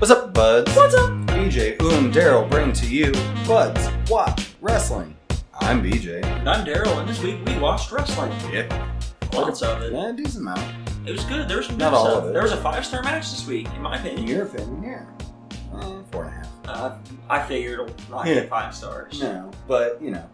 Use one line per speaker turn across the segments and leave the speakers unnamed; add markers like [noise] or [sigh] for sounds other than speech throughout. buds. What's up? BJ, Oom, Daryl bring to you Buds Watch Wrestling. I'm BJ.
And I'm Daryl, and this week we watched wrestling.
Yeah.
Lots of it.
Yeah, decent amount.
It was good. There was some good
Not all
stuff.
of it.
There was a five star match this week, in my
In
opinion.
your opinion, yeah. Eh, four and a half.
Uh, I figured it not
Yeah.
get five stars.
No, but you know.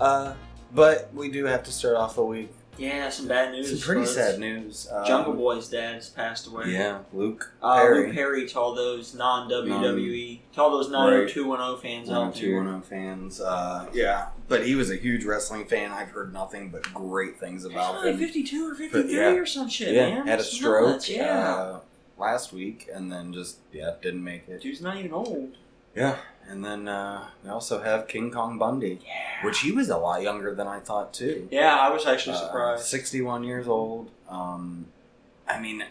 Uh, but we do have to start off the week.
Yeah, some bad news.
Some pretty
folks.
sad news. Um,
Jungle Boy's dad's passed away.
Yeah, Luke
Uh,
Perry.
Luke Perry told those non WWE, told those oh non 210 fans out there.
10210 fans. Uh, yeah, but he was a huge wrestling fan. I've heard nothing but great things
He's
about
only
him.
52 or 53
yeah.
or some shit,
yeah,
man.
had a
That's
stroke
nuts, yeah.
uh, last week, and then just yeah, didn't make it.
Dude's not even old.
Yeah, and then uh, we also have King Kong Bundy,
Yeah.
which he was a lot younger than I thought too.
Yeah, I was actually
Uh,
surprised.
61 years old. Um, I mean,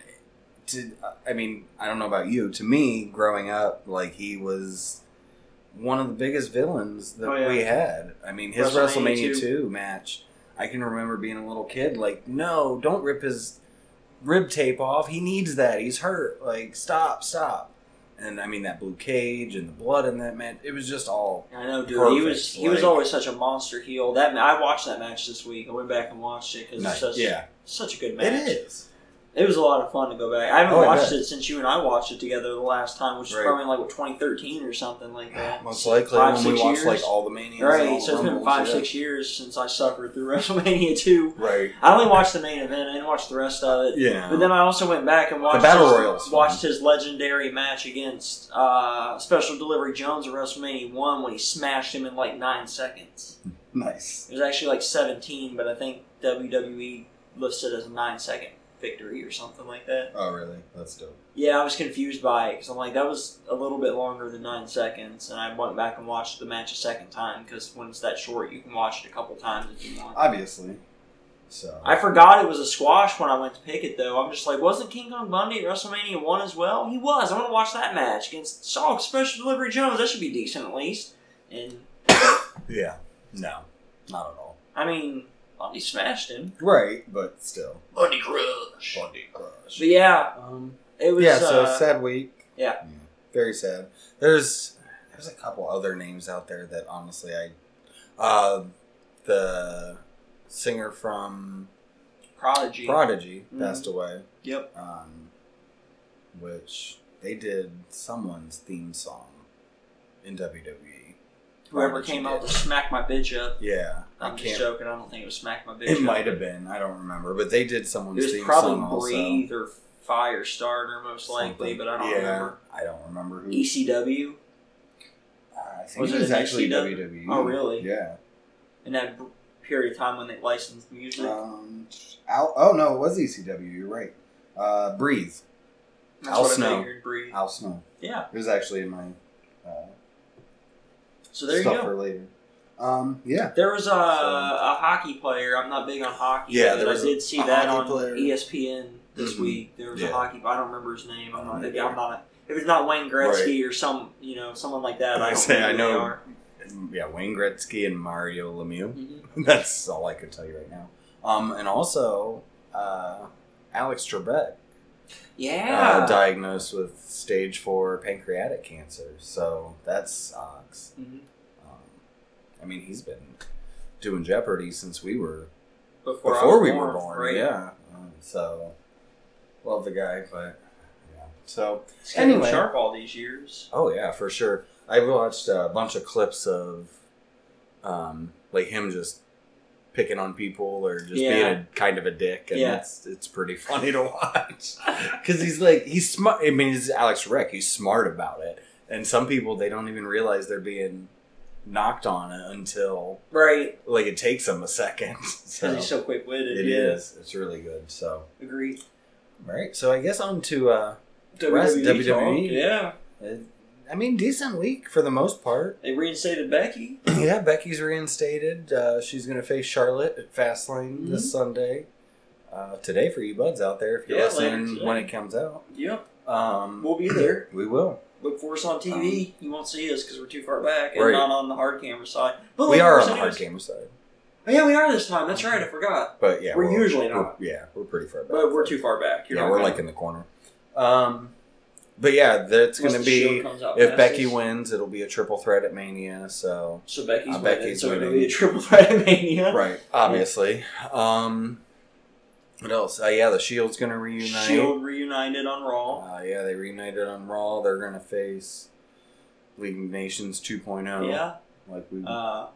to, I mean, I don't know about you. To me, growing up, like he was one of the biggest villains that
Oh, yeah.
we had. I mean, his
WrestleMania
WrestleMania, 2 match, I can remember being a little kid, like, no, don't rip his rib tape off. He needs that. He's hurt. Like, stop, stop. And I mean, that blue cage and the blood in that match, it was just all.
I know, dude. he
Perfect,
was he was
like-
always such a monster heel. That I watched that match this week. I went back and watched it because
nice.
it's such
Yeah,
such a good
it
match.
is.
It was a lot of fun to go back. I haven't
Oh, I
watched
bet.
it since you and I watched it together the last time, which is
Right.
probably like what 2013 or something like that.
Most likely
Five,
when we
six
watched
years.
like all the manias. and all
Right,
the
so it's been
Rumbles,
five
yeah.
six years since I suffered through [laughs] WrestleMania two.
Right.
I only watched the main event. I didn't watch the rest of it.
Yeah.
But then I also went back and watched
Battle
his,
Royale's fun.
watched his legendary match against uh, Special Delivery Jones at WrestleMania one when he smashed him in like nine seconds.
nice.
It was actually like 17, but I think WWE listed as a nine second victory or something like that.
Oh, really? That's dope.
Yeah, I was confused by it because I'm like, that was a little bit longer than nine seconds, and I went back and watched the match a second time because when it's that short, you can watch it a couple times if you want.
Obviously. So.
I forgot it was a squash when I went to pick it, though. I'm just like, wasn't King Kong Bundy at WrestleMania 1 as well? He was. I want to watch that match against Saul Special Delivery Jones. That should be decent at least. And,
yeah. No. Not at all.
I mean, Bundy smashed him.
Right, but still.
Bundy crush.
Bundy crush.
But yeah,
Um,
it was.
yeah. So
uh,
sad week.
yeah.
Very sad. There's there's a couple other names out there that honestly I, uh, the singer from
Prodigy.
Prodigy
Mhm.
passed away.
Yep.
um, which they did someone's theme song in WWE.
Whoever
Prodigy
came
did.
out to smack my bitch up.
yeah, I
I'm just
can't.
joking. I don't think it was smack my bitch.
It
up.
might have been. I don't remember, but they did
It
someone's
was
theme song
probably breathe
also.
or Firestarter, most likely,
Something.
but I don't
yeah,
remember. E
I don't remember who. uh,
ECW
I think
Was
it
it
was
an
actually
ECW?
WWE.
Oh, really?
Yeah.
in that b- period of time when they licensed music.
Um, Al, oh no, it was ECW. You're right. Uh, breathe.
That's
Al
what I
Snow.
figured. Breathe.
Al Snow.
Yeah.
It was actually in my uh,
So there you
stuff
go.
for later. Um, yeah.
There was a,
So-
a hockey player. I'm not big on hockey.
Yeah,
but
there was
I
a-
did see
a
that
hockey
on E
player.
ESPN this
Mhm.
week. There was
Yeah. Mm-hmm.
a hockey. I don't remember his name. I'm not.
I don't
I'm
either.
not. If it's not Wayne Gretzky or some, you know, someone like that, I
I
don't
say, I
who they
know.
are.
Yeah, Wayne Gretzky and Mario Lemieux. [laughs]
Mhm.
That's all I could tell you right now. Um, and also, uh, Alex Trebek
Yeah.
uh, diagnosed with stage four pancreatic cancer. So that sucks.
Mhm.
Um, I mean, he's been doing Jeopardy since we were
Before, I
before
was
we were born.
right?
Yeah. Um, so love the guy, but yeah. So
It's kept him
Anyway.
sharp all these years.
Oh yeah, for sure. I watched a bunch of clips of, um, like him just picking on people or just
Yeah.
being a, kind of a dick, and
Yeah.
it's it's pretty [laughs] funny to watch because he's like he's smart. I mean, he's Alex Rick. He's smart about it, and some people they don't even realize they're being knocked on until
Right.
like it takes them a second. [laughs] So
Because
it
he's
is.
so quick witted.
It's really good. So
Agreed.
all right. So I guess on to uh, Rest-
WWE.
WWE.
E talk, Yeah.
uh, I mean, decent week for the most part.
They reinstated Becky.
[clears throat] yeah, Becky's reinstated. Uh, she's going to face Charlotte at Fastlane this Sunday. Uh, today for you buds out there, if you're
Mm-hmm. Yeah, later
listening
today.
when it comes out.
Yep.
Um,
We'll be there.
we will.
Look for us on TV. you won't see us because we're too far back and
Um, Right.
not on the hard camera side. But
We
look
are
for
on
us
the hard
anyways.
camera side.
Oh, yeah, we are this time. That's right. I forgot.
But yeah,
We're
we're-
usually
we're-
not.
yeah, we're pretty far back.
But we're too far back. You're
yeah,
not
we're
right.
like in the corner. Um, But yeah, that's
Unless
going to
the Shield
be.
comes out
If
fastest.
Becky wins, it'll be a triple threat at Mania. So
So Becky's
Uh,
winning,
Becky's
so it'll
winning.
be a triple [laughs] threat at Mania.
right, obviously. Um, what else? Uh, yeah, the Shield's going to reunite.
Shield reunited on Raw.
Uh, yeah, they reunited on Raw. They're going to face League of Nations 2.0.
Yeah.
like we
Uh,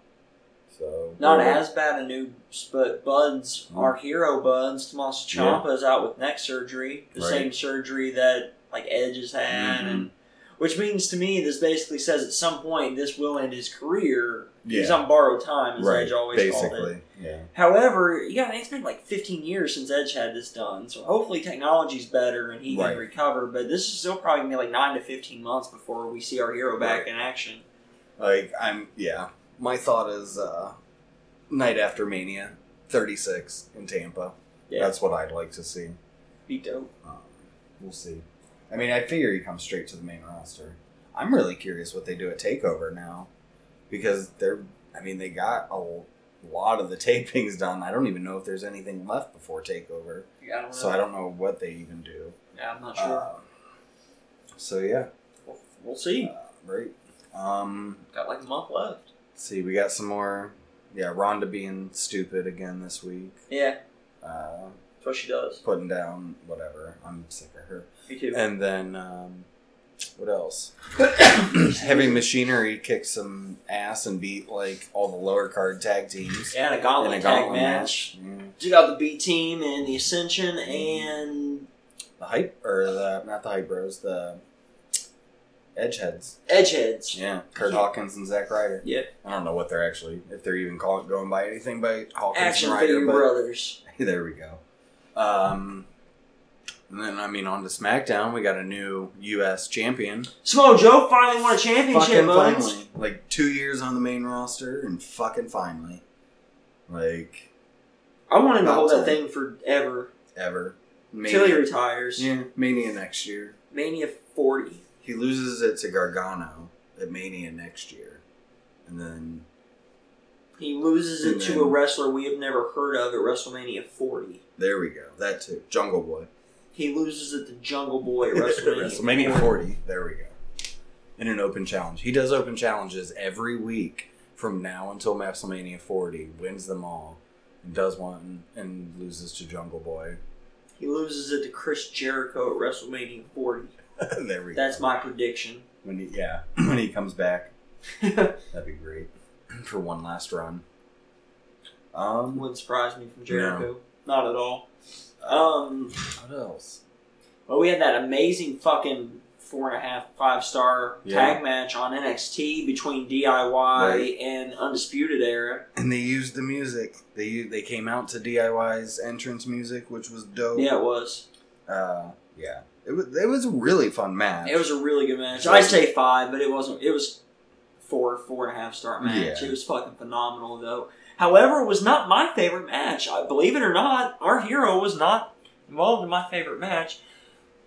so
not
we're-
as bad a news, but Buds, our hero Buds, Tommaso
Hmm. Yeah.
Ciampa is out with neck surgery, the
Right.
same surgery that like Edge has had, and
Mm-hmm.
which means to me this basically says at some point this will end his career. He's
Yeah.
on borrowed time, as
right
Edge always called it.
basically yeah
However, yeah, it's been like 15 years since Edge had this done, so hopefully technology's better and he
Right.
can recover. But this is still probably gonna be like nine to 15 months before we see our hero back
Right.
in action.
like I'm yeah my thought is uh night after mania 36 in Tampa
Yeah,
that's what I'd like to see
be dope.
um, we'll see I mean I figure he comes straight to the main roster I'm really curious what they do at Takeover now because they're I mean they got a lot of the [laughs] tapings done I don't even know if there's anything left before Takeover
Yeah, I don't know.
so I don't know what they even do
yeah, I'm not sure.
Um, so yeah,
we'll, we'll see.
uh, right. Um,
Got like a month left.
let's see, we got some more. Yeah, Rhonda being stupid again this week.
Yeah,
Uh,
that's what she does.
putting down whatever. I'm sick of her.
Me too.
And then um, what else? [coughs] Heavy machinery kicked some ass and beat like all the lower card tag teams
and a gauntlet tag match.
Yeah.
You got the B team and the Ascension and
The hype or the not the hype bros, the edgeheads.
Edgeheads.
Yeah, Kurt Hawkins and Zack Ryder.
Yeah.
I don't know what they're actually if they're even call, going by anything by Hawkins
Action
and
figure
Ryder, [laughs] but
brothers.
there we go. Um, and then I mean on to SmackDown, we got a new U.S. champion.
Samoa Joe finally won a championship.
Fucking
Bones.
finally, like two years on the main roster, and fucking finally, like
I want him to
About
hold that
time.
thing forever
ever.
until he retires.
yeah, Mania next year.
Mania forty.
He loses it to Gargano at Mania next year, and then
He loses it
And
to
then-
a wrestler we have never heard of at WrestleMania forty.
there we go. That too, Jungle Boy.
He loses it to Jungle
[laughs]
Boy at WrestleMania,
WrestleMania 40. There we go. In an open challenge. He does open challenges every week from now until WrestleMania 40, wins them all, and does one and loses to Jungle Boy. [laughs]
He loses it to Chris Jericho at WrestleMania forty.
there we
That's
go.
my prediction. [laughs]
when he, yeah, [clears throat] when he comes back,
Wouldn't
that'd be great [clears throat] for one last run. Um, what
surprise me from Jericho. Not at all. Um,
else?
well, we had that amazing fucking four and a half, five star
Yeah.
tag match on NXT between DIY
Right.
and Undisputed Era.
And they used the music. They u- they came out to DIY's entrance music, which was dope.
Yeah, it was.
Uh, yeah. It was it was a really fun match.
It was a really good match. I say five, but it wasn't. It was four, four and a half star match.
Yeah.
It was fucking phenomenal though. However, it was not my favorite match. I believe it or not, our hero was not involved in my favorite match.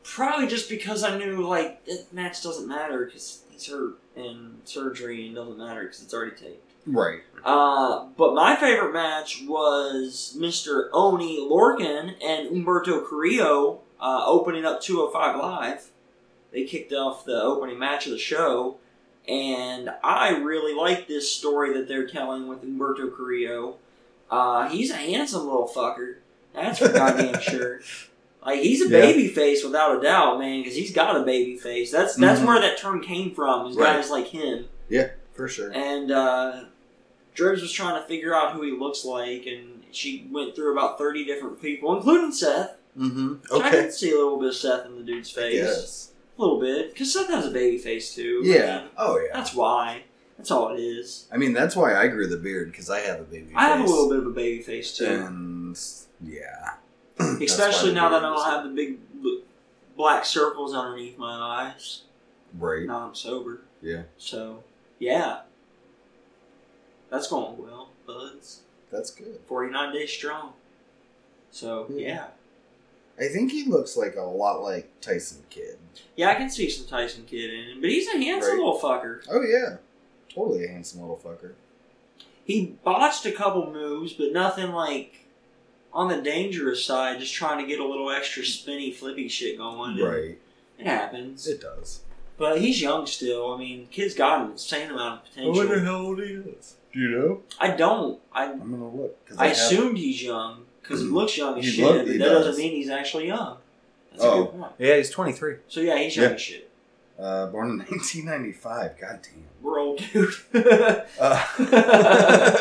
Probably just because I knew like that match doesn't matter because he's hurt and surgery and doesn't matter because it's already taped.
right.
Uh, but my favorite match was Mr. Oni Lorcan and Umberto Carrillo uh, opening up 205 Live. They kicked off the opening match of the show, and I really like this story that they're telling with Umberto Carrillo. Uh, he's a handsome little fucker. That's for
[laughs]
goddamn sure. Like he's a
Yeah.
baby face without a doubt, man, because he's got a baby face. That's that's
Mhm.
where that term came from. Is
Right.
guys like him.
For sure.
And uh, Drebs was trying to figure out who he looks like, and she went through about 30 different people, including Seth.
Mm-hmm.
So I could see a little bit of Seth in the dude's face. A little bit. Because Seth has a baby face, too.
Yeah.
And
Oh yeah.
That's why. That's all it is.
I mean, that's why I grew the beard because I have a baby.
I have a
face.
little bit of a baby
[clears throat]
face, too.
And yeah.
Especially now that I don't have the big bl- black circles underneath my eyes.
Right.
Now I'm sober.
Yeah.
So, yeah. That's going well, buds.
That's good.
49 days strong. So,
Yeah.
yeah.
I think he looks like a lot like Tyson Kidd.
Yeah, I can see some Tyson Kidd in him, but he's a handsome
Right.
little fucker.
Oh yeah. Totally a handsome little fucker.
He botched a couple moves, but nothing like on the dangerous side, just trying to get a little extra spinny, flippy shit going. and
Right.
It happens.
It does.
But he's young still. I mean, kid's got an insane amount of potential.
how old he is. Do you know?
I don't. I
I'm gonna look. 'cause
I
have-
assumed he's young because he looks young as
Mm-hmm. He
shit,
look-
but
he
that
does.
doesn't mean he's actually young. That's a
Oh.
good point.
Yeah, he's 23.
So yeah, he's young
Yeah.
as shit.
Uh, born in [laughs] 1995. God damn.
We're old, dude. [laughs] 1995.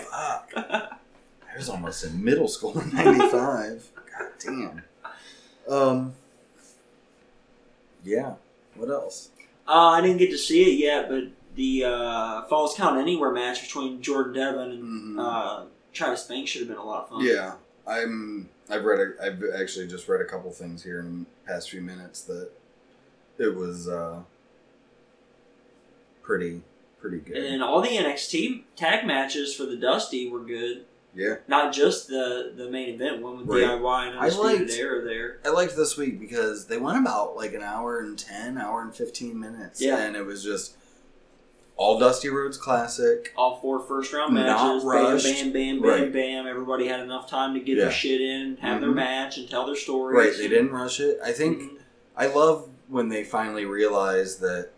Uh, right? Fuck. I was almost in middle school in 95. God damn. Um. Yeah. What else?
Uh, I didn't get to see it yet, but the uh, Falls Count Anywhere match between Jordan Devon and
Mm-hmm.
uh, Travis Banks should have been a lot of fun.
Mm-hmm. Yeah, I'm. I've read. A, I've actually just read a couple things here in the past few minutes that it was uh, pretty pretty good.
And then all the NXT tag matches for the Dusty were good.
yeah,
Not just the the main event one with
Right.
DIY and
I
Undisputed
liked-
Era there.
I liked this week because they went about like an hour and ten, hour and fifteen minutes.
Yeah.
and it was just all Dusty Roads classic.
All four first round
Not
matches.
rushed.
Bam, bam, bam, bam,
Right.
bam. Everybody had enough time to get
Yeah.
their shit in, have their
Mhm.
match, and tell their stories.
Right, they didn't rush it. I think
Mhm.
I love when they finally realize that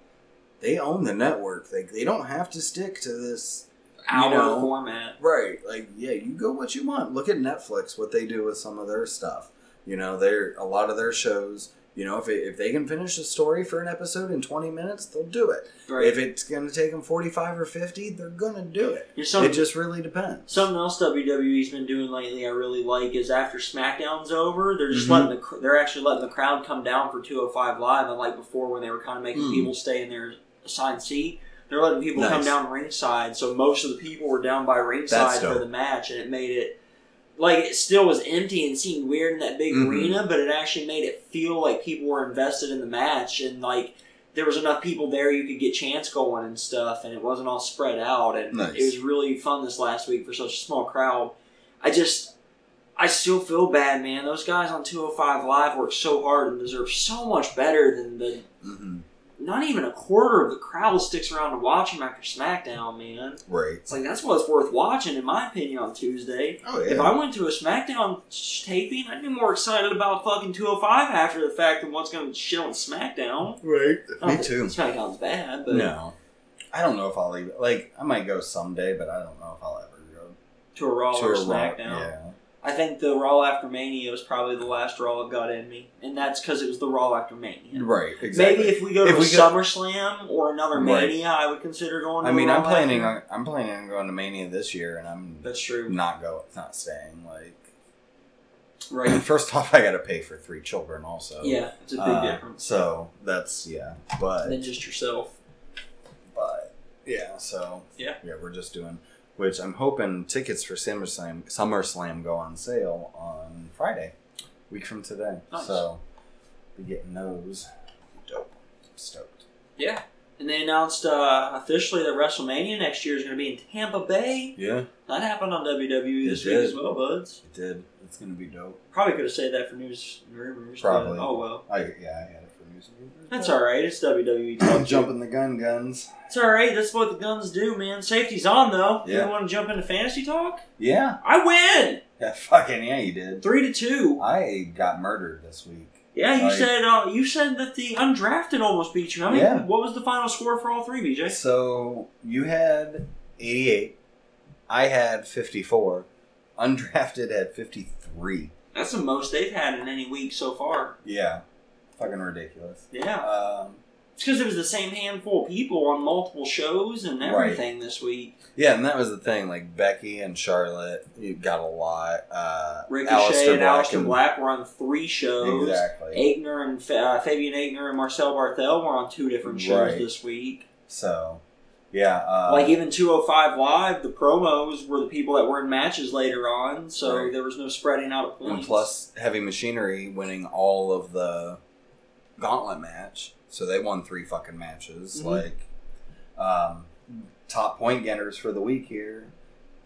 they own the network. They they don't have to stick to this
hour
know,
format.
Right. Like, yeah, you go what you want. Look at Netflix, what they do with some of their stuff. You know, they're a lot of their shows. You know, if, it, if they can finish a story for an episode in 20 minutes, they'll do it.
Right.
If it's going to take them 45 or 50, they're going to do it.
There's some-
it just really depends.
Something else WWE's been doing lately, I really like, is after SmackDown's over, they're just
Mhm.
letting the cr- they're actually letting the crowd come down for 205 Live. Unlike before, when they were kind of making
Mm.
people stay in their assigned seat, they're letting people come
Nice.
down ringside. So most of the people were down by ringside
That's
for
dope.
the match, and it made it like it still was empty and seemed weird in that big
Mhm.
arena, but it actually made it feel like people were invested in the match and like. There was enough people there you could get chance going and stuff, and it wasn't all spread out. And
Nice.
it was really fun this last week for such a small crowd. I just, I still feel bad, man. Those guys on 205 Live work so hard and deserve so much better than the.
hmm
Not even a quarter of the crowd sticks around to watch them after SmackDown, man.
Right.
It's like that's what's worth watching, in my opinion, on Tuesday.
Oh,
If I went to a SmackDown taping, I'd be more excited about fucking 205 after the fact than what's going to shit on SmackDown.
right.
I don't think SmackDown's bad, but
No. I don't know if I'll even, like, I might go someday, but I don't know if I'll ever go
to a Raw
to
or
a Raw.
SmackDown.
Yeah.
I think the Raw after Mania was probably the last Raw that got in me, and that's because it was the Raw after Mania.
Right. Exactly.
Maybe if we go to
If we go-
SummerSlam or another
Right.
Mania, I would consider going. To
I mean,
a
I'm
Raw
planning
after.
on I'm planning on going to Mania this year, and I'm
That's true.
not going, not staying. Like,
Right?
first [laughs] off, I got to pay for three children, also.
yeah, it's a big
Uh,
difference.
So that's yeah, but
than just yourself.
but yeah, so
Yeah.
yeah, we're just doing. Which I'm hoping tickets for SummerSlam SummerSlam go on sale on Friday, week from today.
Nice.
So be getting those. Dope. Stoked.
Yeah. And they announced uh, officially that WrestleMania next year is going to be in Tampa Bay.
Yeah, it
That happened on WWE
It
this
did.
week as well, buds.
did. It's gonna be dope.
Probably could have said that for news and rumors. but
Probably.
oh well.
I yeah, I had it for music.
That's all right. It's
[coughs]
WWE. talk.
Jumping the gun, guns.
It's all right. That's what the guns do, man. Safety's on though.
Yeah.
You want to jump into fantasy talk?
Yeah.
I win
Yeah, fucking yeah, you did.
three to two.
I got murdered this week.
Yeah, you
Like-
said uh, you said that the undrafted almost beat you. I mean,
Yeah.
what was the final score for all three, BJ?
So you had 88. I had 54. Undrafted had 53.
That's the most they've had in any week so far.
Yeah. Fucking ridiculous.
Yeah,
Um,
it's because it was the same handful of people on multiple shows and
Right.
everything this week.
yeah, and that was the thing. Like, Becky and Charlotte you got a lot. Uh,
Ricochet
Aleister
and Aleister Black were on three shows.
Exactly.
Aigner and Fa- uh, Fabian Aigner and Marcel Barthel were on two different shows
Right.
this week.
So, yeah. Uh,
like even 205 live the promos were the people that were in matches later on so
Right.
there was no spreading out of points
And plus, Heavy Machinery winning all of the gauntlet match. So they won three fucking matches.
Mhm.
Like, um, top point getters for the week here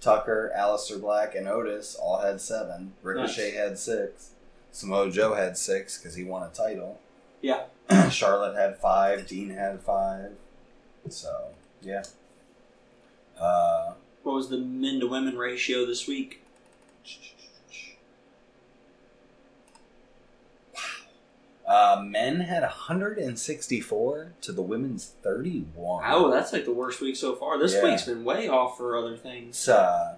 Tucker, Alistair Black, and Otis all had seven. Ricochet
Nice.
had six. Samoa Joe had six because he won a title.
Yeah.
[clears throat] Charlotte had five. Dean had five. So, yeah. Uh,
what was the men to women ratio this week
Uh, men had 164 to the women's 31.
Oh, that's like the worst week so far. This
Yeah.
week's been way off for other things.
It's uh,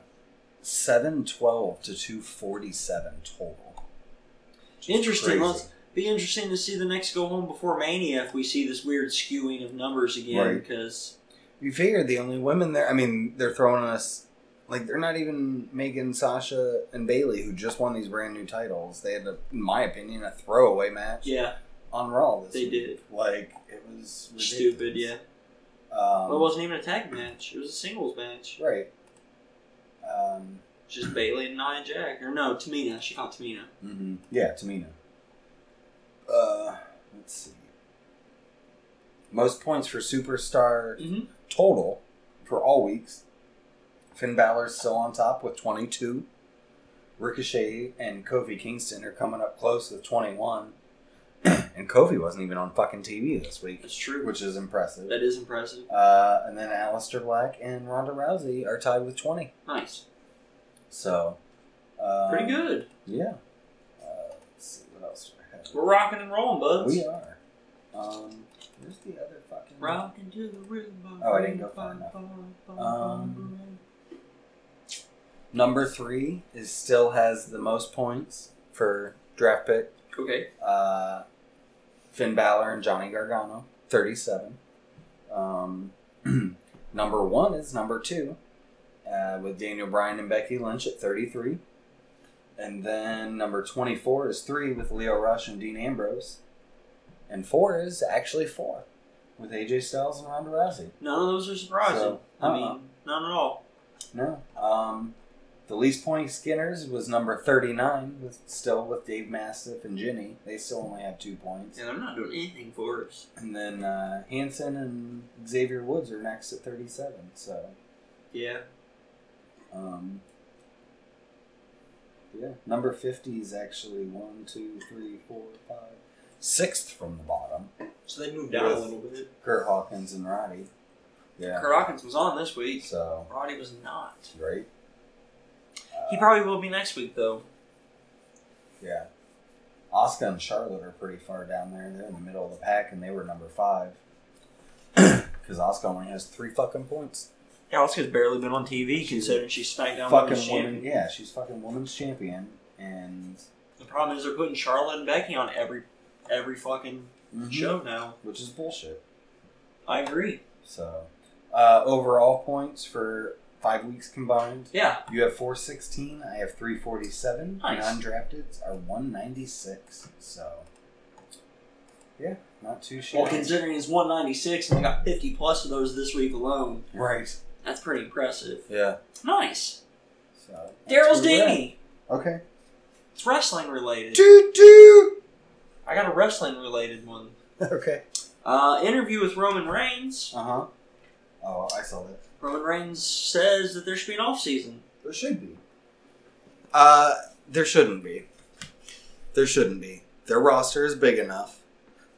712 to 247 total. Which is
Interesting.
crazy.
Let's be interesting to see the next go home before Mania if we see this weird skewing of numbers again
Right.
because
You figured the only women there. I mean, they're throwing us like they're not even making Sasha and Bailey, who just won these brand new titles. They had, a, in my opinion, a throwaway match
yeah,
on Raw. This
they
week.
did
Like it was ridiculous.
stupid. Yeah,
Um,
well, it wasn't even a tag match. It was a singles match.
right. Um,
Just Bailey and Nia Jack or no Tamina. She fought Tamina.
hmm Yeah, Tamina. Uh, let's see. Most points for superstar
Mhm.
total for all weeks. Finn Balor's still on top with 22. Ricochet and Kofi Kingston are coming up close with 21. [clears throat] and Kofi wasn't even on fucking TV this week,
That's true.
which is impressive.
That is impressive.
Uh, and then Aleister Black and Ronda Rousey are tied with 20.
Nice.
So. Um,
Pretty good.
Yeah. Uh, let's see what else do I have.
We're rocking and rolling, buds.
We are. Um, where's the other fucking?
Rocking to the rhythm.
Oh, I didn't go far enough. Um, Number three is still has the most points for draft pick.
okay.
Uh, Finn Balor and Johnny Gargano, thirty-seven. Um, [clears throat] number one is number two, uh, with Daniel Bryan and Becky Lynch at thirty-three. And then number twenty-four is three with Leo Rush and Dean Ambrose, and four is actually four, with AJ Styles and Ronda Rousey.
None of those are surprising.
So,
I
uh-uh.
mean, none at all.
No. Um, the least point Skinners was number 39, with, still with Dave Mastiff and Ginny. They still only have two points.
Yeah, they're not doing anything for us.
And then uh, Hanson and Xavier Woods are next at 37. So,
Yeah.
um, yeah. Number 50 is actually one, two, three, four, five, sixth from the bottom.
So they moved
Yeah.
down a little bit.
Kurt Hawkins and Roddy. Yeah.
Kurt Hawkins was on this week.
So,
Roddy was not.
great.
He probably will be next week, though.
Yeah. Oscar and Charlotte are pretty far down there. They're in the middle of the pack, and they were number five. [coughs] Because Oscar only has three fucking points.
Yeah, Oscar's barely been on TV considering she's SmackDown Women's
fucking
Champion.
woman, yeah, she's fucking women's champion, and
The problem is they're putting Charlotte and Becky on every every fucking
Mm-hmm.
show now.
which is bullshit.
I agree.
So, uh, overall points for five weeks combined,
Yeah.
you have four sixteen. I have three forty seven.
Nice.
Undrafted are one ninety six. So, yeah, not too
Well,
shabby.
considering he's 196 and they got 50 plus of those this week alone,
Right.
that's pretty impressive.
Yeah.
Nice.
So
Daryl's
that's where we're at.
Danny.
Okay.
It's wrestling related.
Doo doo.
I got a wrestling related one.
[laughs] Okay.
Uh, interview with Roman Reigns.
Uh huh. Oh, I saw that.
Roman Reigns says that there should be an off season.
There should be.
Uh, there shouldn't be. There shouldn't be. Their roster is big enough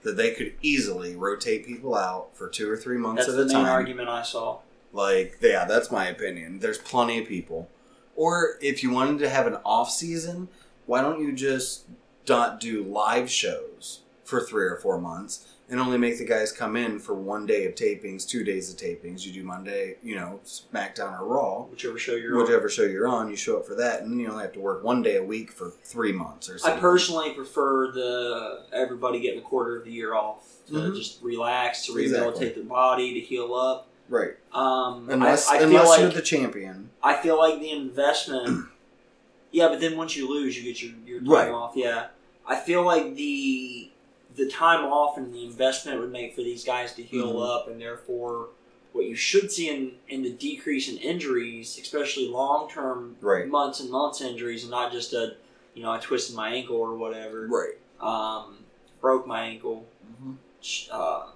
that they could easily rotate people out for two or three months
That's
at
the
a
main
time.
argument I saw.
Like, yeah, that's my opinion. There's plenty of people. Or if you wanted to have an off season, why don't you just not do live shows for three or four months and only make the guys come in for one day of tapings, two days of tapings? You do Monday, you know, SmackDown or Raw.
Whichever show you're on.
Whichever show you're on, you show up for that, and then you only have to work one day a week for three months or
I
something.
personally prefer the everybody getting a quarter of the year off to
Mhm.
just relax, to
Exactly.
rehabilitate their body, to heal up.
right.
Um, I-
Unless,
I, feel
unless
like
you're the champion.
I feel like the investment. [clears throat] yeah, but then once you lose, you get your, your time
Right.
off. Yeah, I feel like the the time off and the investment would make for these guys to heal
Mhm.
up, and therefore, what you should see in in the decrease in injuries, especially long term
Right.
months and months injuries, and not just a you know I twisted my ankle or whatever,
Right.
um, broke my ankle.
Mm-hmm.
Sh- Uh,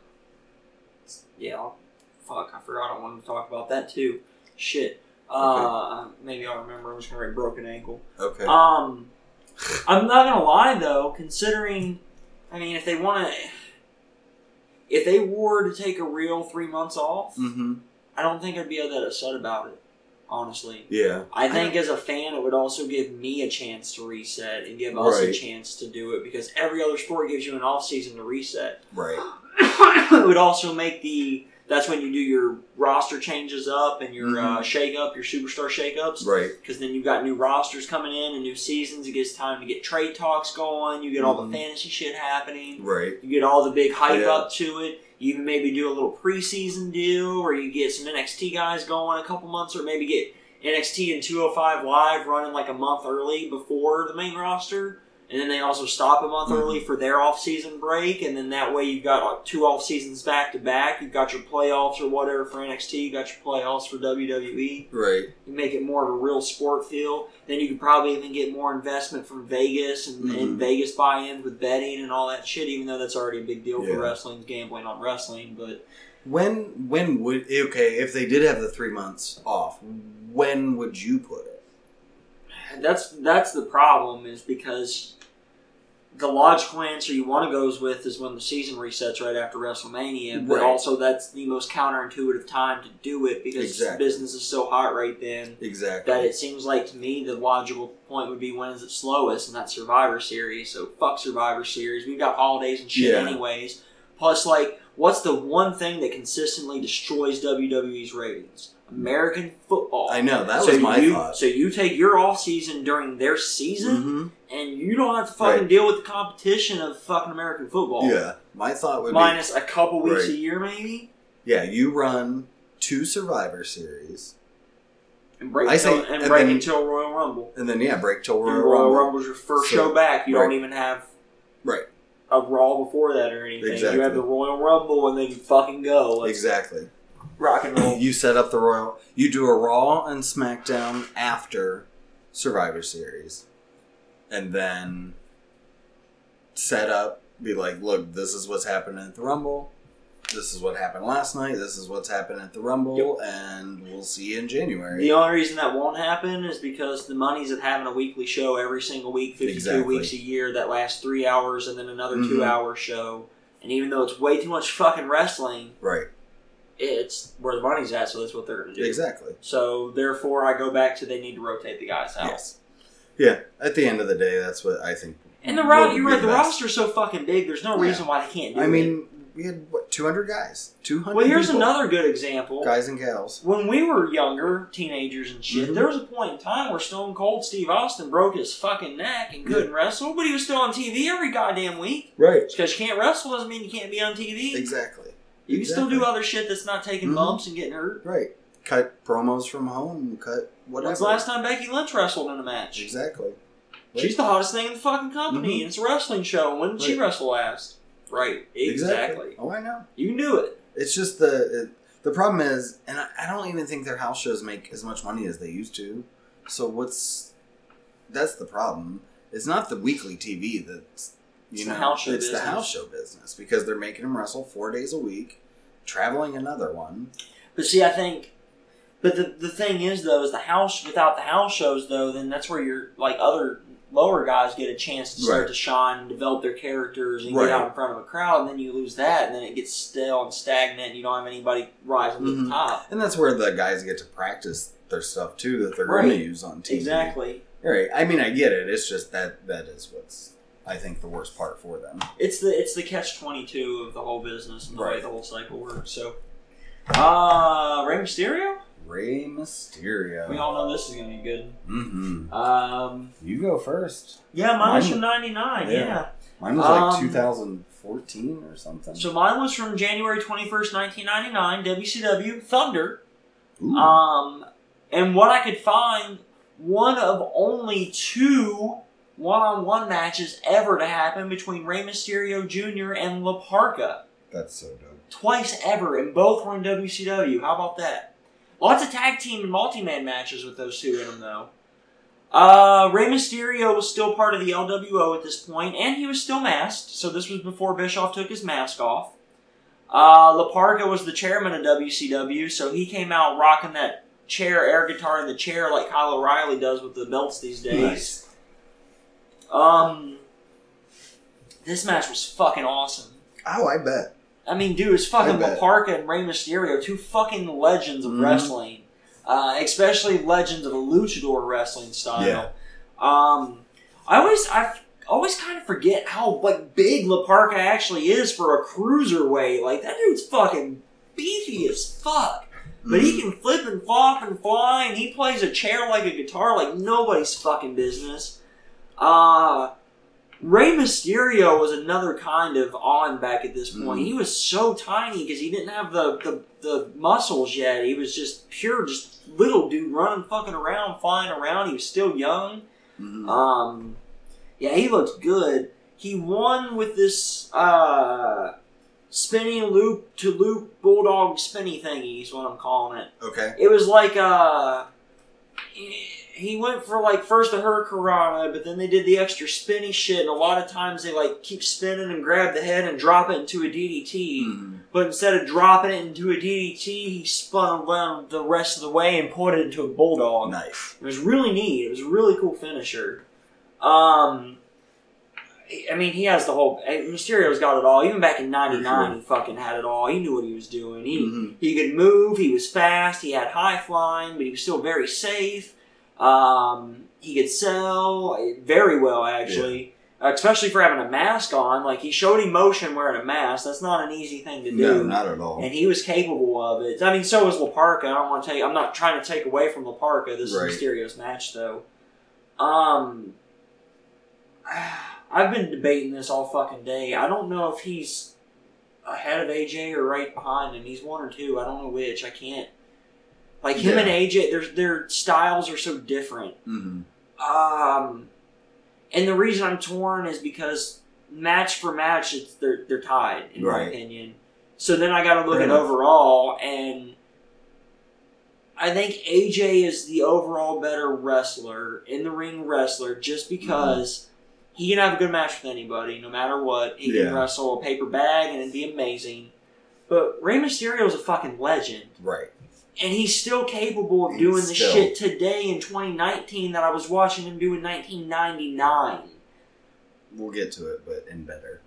yeah, fuck, I forgot I wanted to talk about that too. Shit. Uh, Maybe I'll remember. I'm just gonna write broken ankle.
Okay.
Um, I'm not gonna lie though, considering, I mean, if they want to, if they were to take a real three months off,
Mm.
mm-hmm.
I don't think I'd be all that upset about it. honestly.
Yeah.
I think as a fan, it would also give me a chance to reset and give us a
Right.
chance to do it because every other sport gives you an off season to reset.
Right.
[coughs] it would also make the that's when you do your roster changes up and your uh, shake up, your superstar shake ups
Right.
because then you've got new rosters coming in and new seasons. It gets time to get trade talks going. You get all
Mhm.
the fantasy shit happening.
Right.
You get all the big hype
Yeah.
up to it. You even maybe do a little preseason deal or you get some NXT guys going a couple months or maybe get NXT and 205 Live running like a month early before the main roster. And then they also stop a month
Mhm.
early for their off-season break, and then that way you've got like two off seasons back to back. You've got your playoffs or whatever for NXT. You got your playoffs for E. WWE
Right.
you make it more of a real sport feel. Then you could probably even get more investment from Vegas and,
Mhm.
and Vegas buy-ins with betting and all that shit. Even though that's already a big deal
Yeah.
for wrestling, gambling on wrestling. But
When when would okay if they did have the three months off? When would you put it?
that's that's the problem is because the logical answer you want to go with is when the season resets right after WrestleMania. But
Right.
also that's the most counterintuitive time to do it because
Exactly.
business is so hot right then.
Exactly.
That it seems like to me the logical point would be when is it slowest, and that's Survivor Series. So fuck Survivor Series. We've got holidays and shit,
Yeah.
anyways. Plus, like, what's the one thing that consistently destroys WWE's ratings? American football.
I know that
so
was my
you,
thought.
So you take your off season during their season,
Mhm.
and you don't have to fucking
Right.
deal with the competition of fucking American football.
Yeah, my thought would
Minus a couple weeks
Right.
a year, maybe.
be yeah. You run two Survivor Series,
And break,
I say-
until, and
and
break
then-
until Royal Rumble.
and then yeah, break till
And
Royal
Royal
Rumble.
Rumble's your first
So-
show back. You don't
right.
even have
Right.
a Raw before that or anything.
Exactly.
You have the Royal Rumble and then you fucking go. Let's
Exactly.
rock
[laughs]
and roll.
You set up the Royal. You do a Raw and SmackDown after Survivor Series, and then set up. Be like, look, this is what's happening at the Rumble. This is what happened last night. This is what's happened at the Rumble, and we'll see you in January.
The only reason that won't happen is because the money's at having a weekly show every single week, 52
Exactly.
weeks a year, that lasts three hours and then another
Mhm.
two hour show. And even though it's way too much fucking wrestling,
Right.
it's where the money's at, so that's what they're going to do.
Exactly.
So, therefore, I go back to they need to rotate the guys out.
Yes. Yeah. At the end of the day, that's what I think.
And the
What
ro-
would
you're
be
right, the
best?
roster's so fucking big, there's no
Yeah.
reason why they can't do
I
it.
mean, we had what, 200 guys. 200.
Well, here's
people.
another good example.
guys and gals.
When we were younger, teenagers and shit,
Mhm.
there was a point in time where Stone Cold Steve Austin broke his fucking neck and couldn't wrestle, but he was still on TV every goddamn week.
Right.
Because you can't wrestle doesn't mean you can't be on TV.
Exactly.
You can still do
Exactly.
other shit that's not taking
Mhm.
bumps and getting hurt.
Right. Cut promos from home. Cut whatever.
When's the last time Becky Lynch wrestled in a match?
Exactly.
She's the hottest thing in the fucking company,
Mhm.
and it's a wrestling show. and When did she
Right.
wrestle last? Right, exactly.
Oh, I know.
You can do it.
It's just the it, the problem is, and I, I don't even think their house shows make as much money as they used to. So what's that's the problem. It's not the weekly TV that's you
It's the
know
house show
it's
business.
the house show business because they're making them wrestle four days a week, traveling another one.
But see, I think, but the, the thing is though, is the house without the house shows though, then that's where your like other lower guys get a chance to start
Right.
to shine and develop their characters and
Right.
get out in front of a crowd, and then you lose that, and then it gets stale and stagnant, and you don't have anybody rising to
Mhm.
the top.
And that's where the guys get to practice their stuff too that they're going
Right.
to use on TV.
Exactly.
Right. I mean, I get it. It's just that that is what's I think the worst part for them.
It's the it's the catch twenty two of the whole business and the way
Right.
the whole cycle works. So, uh, Rey Mysterio.
Rey Mysterio.
We all know this is gonna be good.
Mm-hmm.
Um,
You go first.
yeah, mine was
Mine-
from ninety nine.
Yeah.
yeah.
Mine was like
Um,
2014 or something.
So mine was from January 21st, 1999, WCW Thunder.
Ooh.
Um, and what I could find, one of only two one on one matches ever to happen between Rey Mysterio Jr. and La Parca.
That's so dope.
Twice ever, and both were in WCW. How about that? Lots of tag team and multi man matches with those two in them, though. Uh, Rey Mysterio was still part of the LWO at this point, and he was still masked, so this was before Bischoff took his mask off. Uh, Laparga was the chairman of WCW, so he came out rocking that chair, air guitar in the chair like Kyle O'Reilly does with the belts these days.
Nice.
Um, this match was fucking awesome.
Oh, I bet.
I mean, dude, it's fucking
I bet.
Laparca and Rey Mysterio, two fucking legends of
Mhm.
wrestling. uh, especially Legends of the Luchador wrestling style.
Yeah.
Um, I always I f- always kind of forget how like big La Parca actually is for a cruiserweight. Like that dude's fucking beefy as fuck. But
Mhm.
he can flip and flop and fly, and he plays a chair like a guitar, like nobody's fucking business. Uh Rey Mysterio was another kind of on back at this point.
Mhm.
He was so tiny because he didn't have the, the the muscles yet. He was just pure, just little dude running fucking around, flying around. He was still young.
Mhm.
Um, yeah, he looked good. He won with this uh, spinning loop to loop bulldog spinny thingy is what I'm calling it.
Okay.
It was like uh, he- he went for like first the hurricanrana, but then they did the extra spinny shit, and a lot of times they like keep spinning and grab the head and drop it into a DDT.
Mhm.
But instead of dropping it into a DDT, he spun around the rest of the way and poured it into a bulldog.
Nice.
It was really neat. It was a really cool finisher. Um, I mean, he has the whole eh, Mysterio's got it all. Even back in '99, he fucking had it all. He knew what he was doing. He
Mhm.
he could move. He was fast. He had high flying, but he was still very safe. Um, he could sell eh, very well, actually, Uh, especially for having a mask on. Like he showed emotion wearing a mask. That's not an easy thing to do
No, not at all.
and he was capable of it. I mean, so was Laparca. I don't want to take. I'm not trying to take away from Laparca. This
Right.
is Mysterio's match, though. Um, [sighs] I've been debating this all fucking day. I don't know if he's ahead of AJ or right behind him. He's one or two. I don't know which. I can't. Like him
Yeah.
and AJ, their their styles are so different.
Mhm.
Um, and the reason I'm torn is because match for match, it's they're they're tied in my
Right.
opinion. So then I got to look
Fair
at
enough.
overall, and I think AJ is the overall better wrestler in the ring wrestler, just
Mm-hmm.
because. He can have a good match with anybody, no matter what. He can
Yeah.
wrestle a paper bag and it'd be amazing. But Rey Mysterio is a fucking legend
Right.
and he's still capable of
He's
doing the
still-
shit today in 2019 that I was watching him do in 1999
We'll get to it, but in better.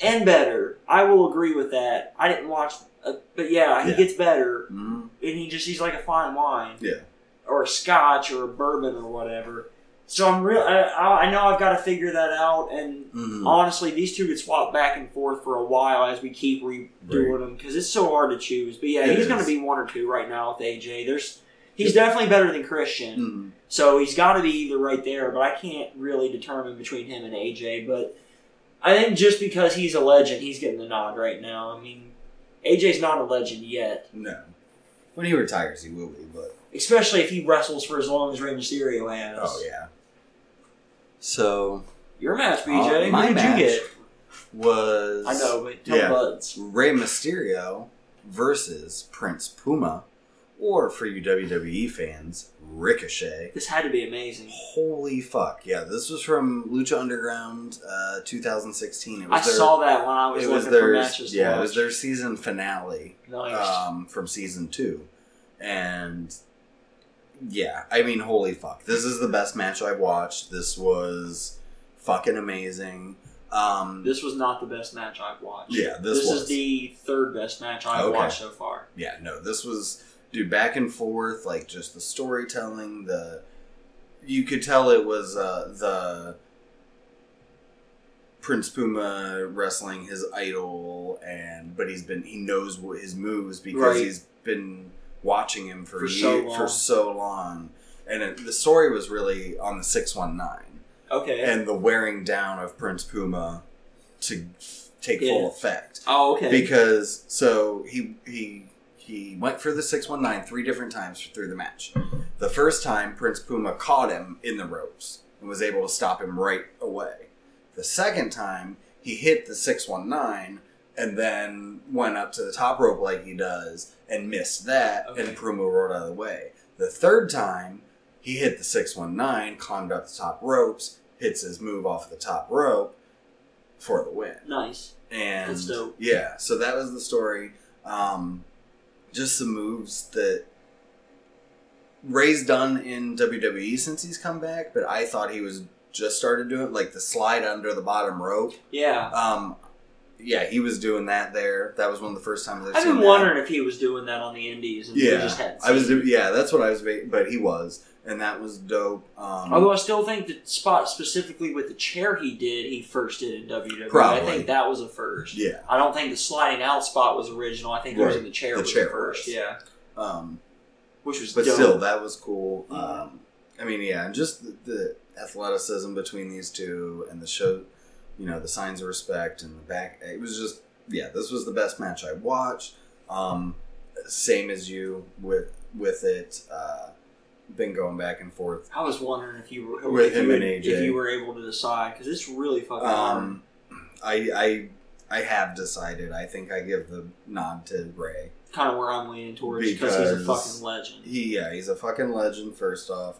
and better. I will agree with that. I didn't watch, uh, but yeah, he
Yeah.
gets better,
Mhm.
and he just he's like a fine wine,
Yeah.
or a scotch or a bourbon or whatever. So I'm real. I, I I know I've got to figure that out, and
Mhm.
honestly, these two could swap back and forth for a while as we keep redoing them because it's so hard to choose. But yeah,
It
he's going to
is.
be one or two right now with AJ. There's he's definitely better than Christian.
Mhm.
So he's got to be either right there, but I can't really determine between him and AJ. But I think just because he's a legend, he's getting the nod right now. I mean, AJ's not a legend yet,
No. When he retires, he will be, but.
especially if he wrestles for as long as Rey Mysterio has.
Oh, yeah. So,
Your match, BJ.
Uh, my
Who did
match
you get?
was.
I know, but tell
Yeah.
Buds.
Rey Mysterio versus Prince Puma, or for you WWE fans, Ricochet.
This had to be amazing.
Holy fuck! Yeah, this was from Lucha Underground, uh, 2016. It was
I saw that when I was
It
looking
was their
for matches. to
yeah, it
watch.
was their season finale
nice.
um, from season two, and yeah, I mean, holy fuck! This is the best match I've watched. This was fucking amazing. Um,
this was not the best match I've watched.
yeah, this, was
is the third best match I've
Okay.
watched so far.
yeah, no, this was dude back and forth, like just the storytelling, the you could tell it was uh the Prince Puma wrestling his idol and but he's been he knows what his moves because
Right.
he's been watching him for
For
for,
so long.
for so long. And it, the story was really on the 619
Okay.
and the wearing down of Prince Puma to take
Yeah.
full effect
oh, okay.
because so he he he went for the 619 three different times through the match the first time prince puma caught him in the ropes and was able to stop him right away the second time he hit the 619 and then went up to the top rope like he does and missed that
Okay.
and puma rolled out of the way the third time he hit the 619 climbed up the top ropes hits his move off the top rope for the win
nice.
and
That's dope.
yeah so that was the story um just some moves that ray's done in wwe since he's come back but i thought he was just started doing like the slide under the bottom rope
Yeah.
um yeah, he was doing that there. That was one of the first times I've
I've
seen
been
that.
wondering if he was doing that on the Indies, and we
Yeah,
just hadn't
I was,
seen it.
do- yeah, that's what I was, ba- but he was, and that was dope. Um,
Although I still think the spot specifically with the chair he did, he first did in WWE. I
Probably.
think that was a first.
yeah,
I don't think the sliding out spot was original. I think it was
Right.
in the chair.
The
was
chair
first,
was.
yeah,
um,
which was
but
dope.
still, that was cool.
Mhm.
Um, I mean, yeah, and just the, the athleticism between these two, and the show, you know, the signs of respect and the back. It was just, yeah, this was the best match I watched. Um, same as you with with it. Uh, been going back and forth
I was wondering if you were
With
if you,
him
would-
and AJ.
if you were able to decide because it's really fucking hard.
Um, I I I have decided. I think I give the nod to Ray.
Kind of where I'm leaning towards because he's a
because-
fucking legend.
He yeah, he's a fucking legend. First off,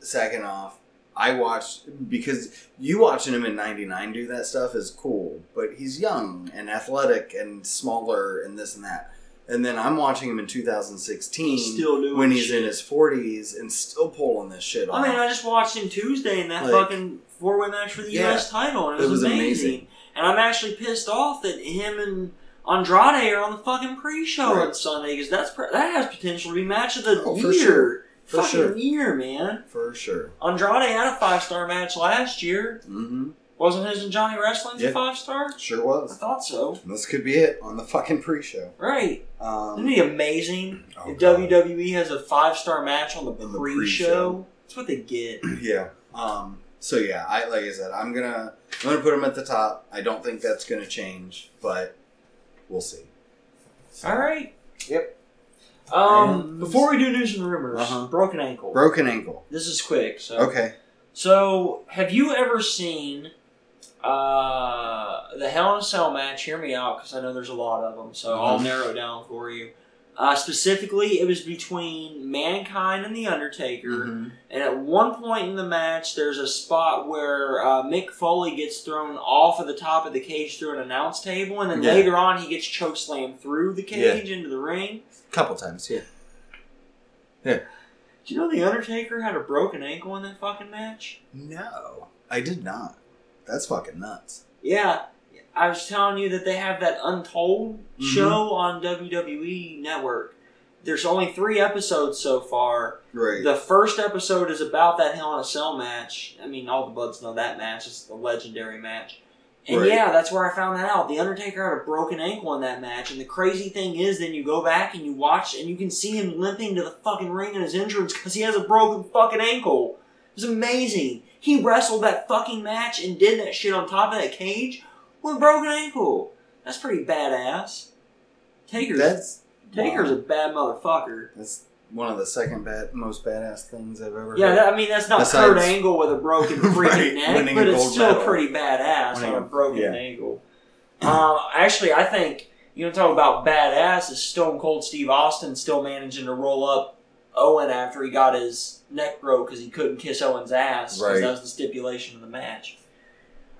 second off, I watched because you watching him in '99 do that stuff is cool, but he's young and athletic and smaller and this and that. And then I'm watching him in 2016
He's still doing
when he's
shit.
in his 40s and still pulling this shit off.
I mean, I just watched him Tuesday in that
Like-
fucking four way match for the
Yeah.
U.S. title, and it
It
was,
was
amazing.
amazing.
And I'm actually pissed off that him and Andrade are on the fucking pre-show
Right.
on Sunday because that's pre- that has potential to be match of the
Oh, for
year,
sure. For
fucking
sure.
year, man.
for sure.
Andrade had a five star match last year,
Mm-hmm.
wasn't his? And Johnny Wrestling's a
Yeah.
five star.
Sure
I
was.
thought so.
This could be it on the fucking pre-show.
Right?
Um,
Isn't he amazing?
oh,
The
God.
WWE E has a five star match on the
On the
pre-show.
pre-show.
That's what they get.
Yeah. Um. So yeah, I like I said, I'm gonna I'm gonna put him at the top. I don't think that's gonna change, but we'll see.
All right.
Yep.
Um,
And-
before we do news and rumors,
Uh-huh.
broken ankle.
Broken ankle.
this is quick. So,
Okay.
so have you ever seen uh, the Hell in a Cell match? Hear me out, because I know there's a lot of them. So I'll
Mhm.
narrow it down for you. Uh, specifically, it was between Mankind and The Undertaker.
Mm.
And at one point in the match, there's a spot where uh, Mick Foley gets thrown off of the top of the cage through an announce table, and then
Yeah.
later on, he gets chokeslammed through the cage into the ring.
Couple times. Yeah.
Do you know the Undertaker had a broken ankle in that fucking match?
No, I did not. That's fucking nuts.
Yeah, I was telling you that they have that Untold
Mhm.
show on WWE Network. There's only three episodes so far.
Right.
The first episode is about that Hell in a Cell match. I mean, all the buds know that match. It's the legendary match. And
Right.
yeah, that's where I found that out. The Undertaker had a broken ankle in that match. And the crazy thing is, then you go back and you watch, and you can see him limping to the fucking ring in his entrance because he has a broken fucking ankle. It was amazing. He wrestled that fucking match and did that shit on top of that cage with a broken ankle. That's pretty badass. Taker's,
that's
Taker's
wow.
a bad motherfucker.
that's one of the second bad most badass things I've ever.
Yeah,
heard.
that, I mean that's not
Besides-
Kurt Angle with a broken
[laughs]
freaking
Right,
neck,
winning
but
a
it's
gold
still
medal.
pretty badass
Winning
on a
a-
broken
yeah.
angle. Uh, actually, I think you know talk about badass is Stone Cold Steve Austin still managing to roll up Owen after he got his neck broke because he couldn't kiss Owen's ass because
Right.
that was the stipulation of the match.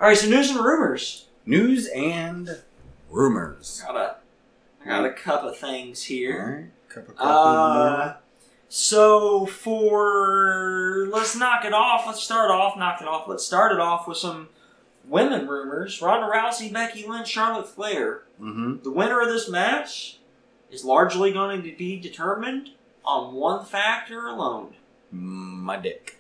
All right, so news and rumors.
News and rumors.
I got a, I got a cup of things here.
All right. Cup of coffee. in the
Uh,
morning.
so for let's knock it off. Let's start off. Knock it off. Let's start it off with some women rumors: Ronda Rousey, Becky Lynch, Charlotte Flair.
Mhm.
The winner of this match is largely going to be determined on one factor alone:
My dick.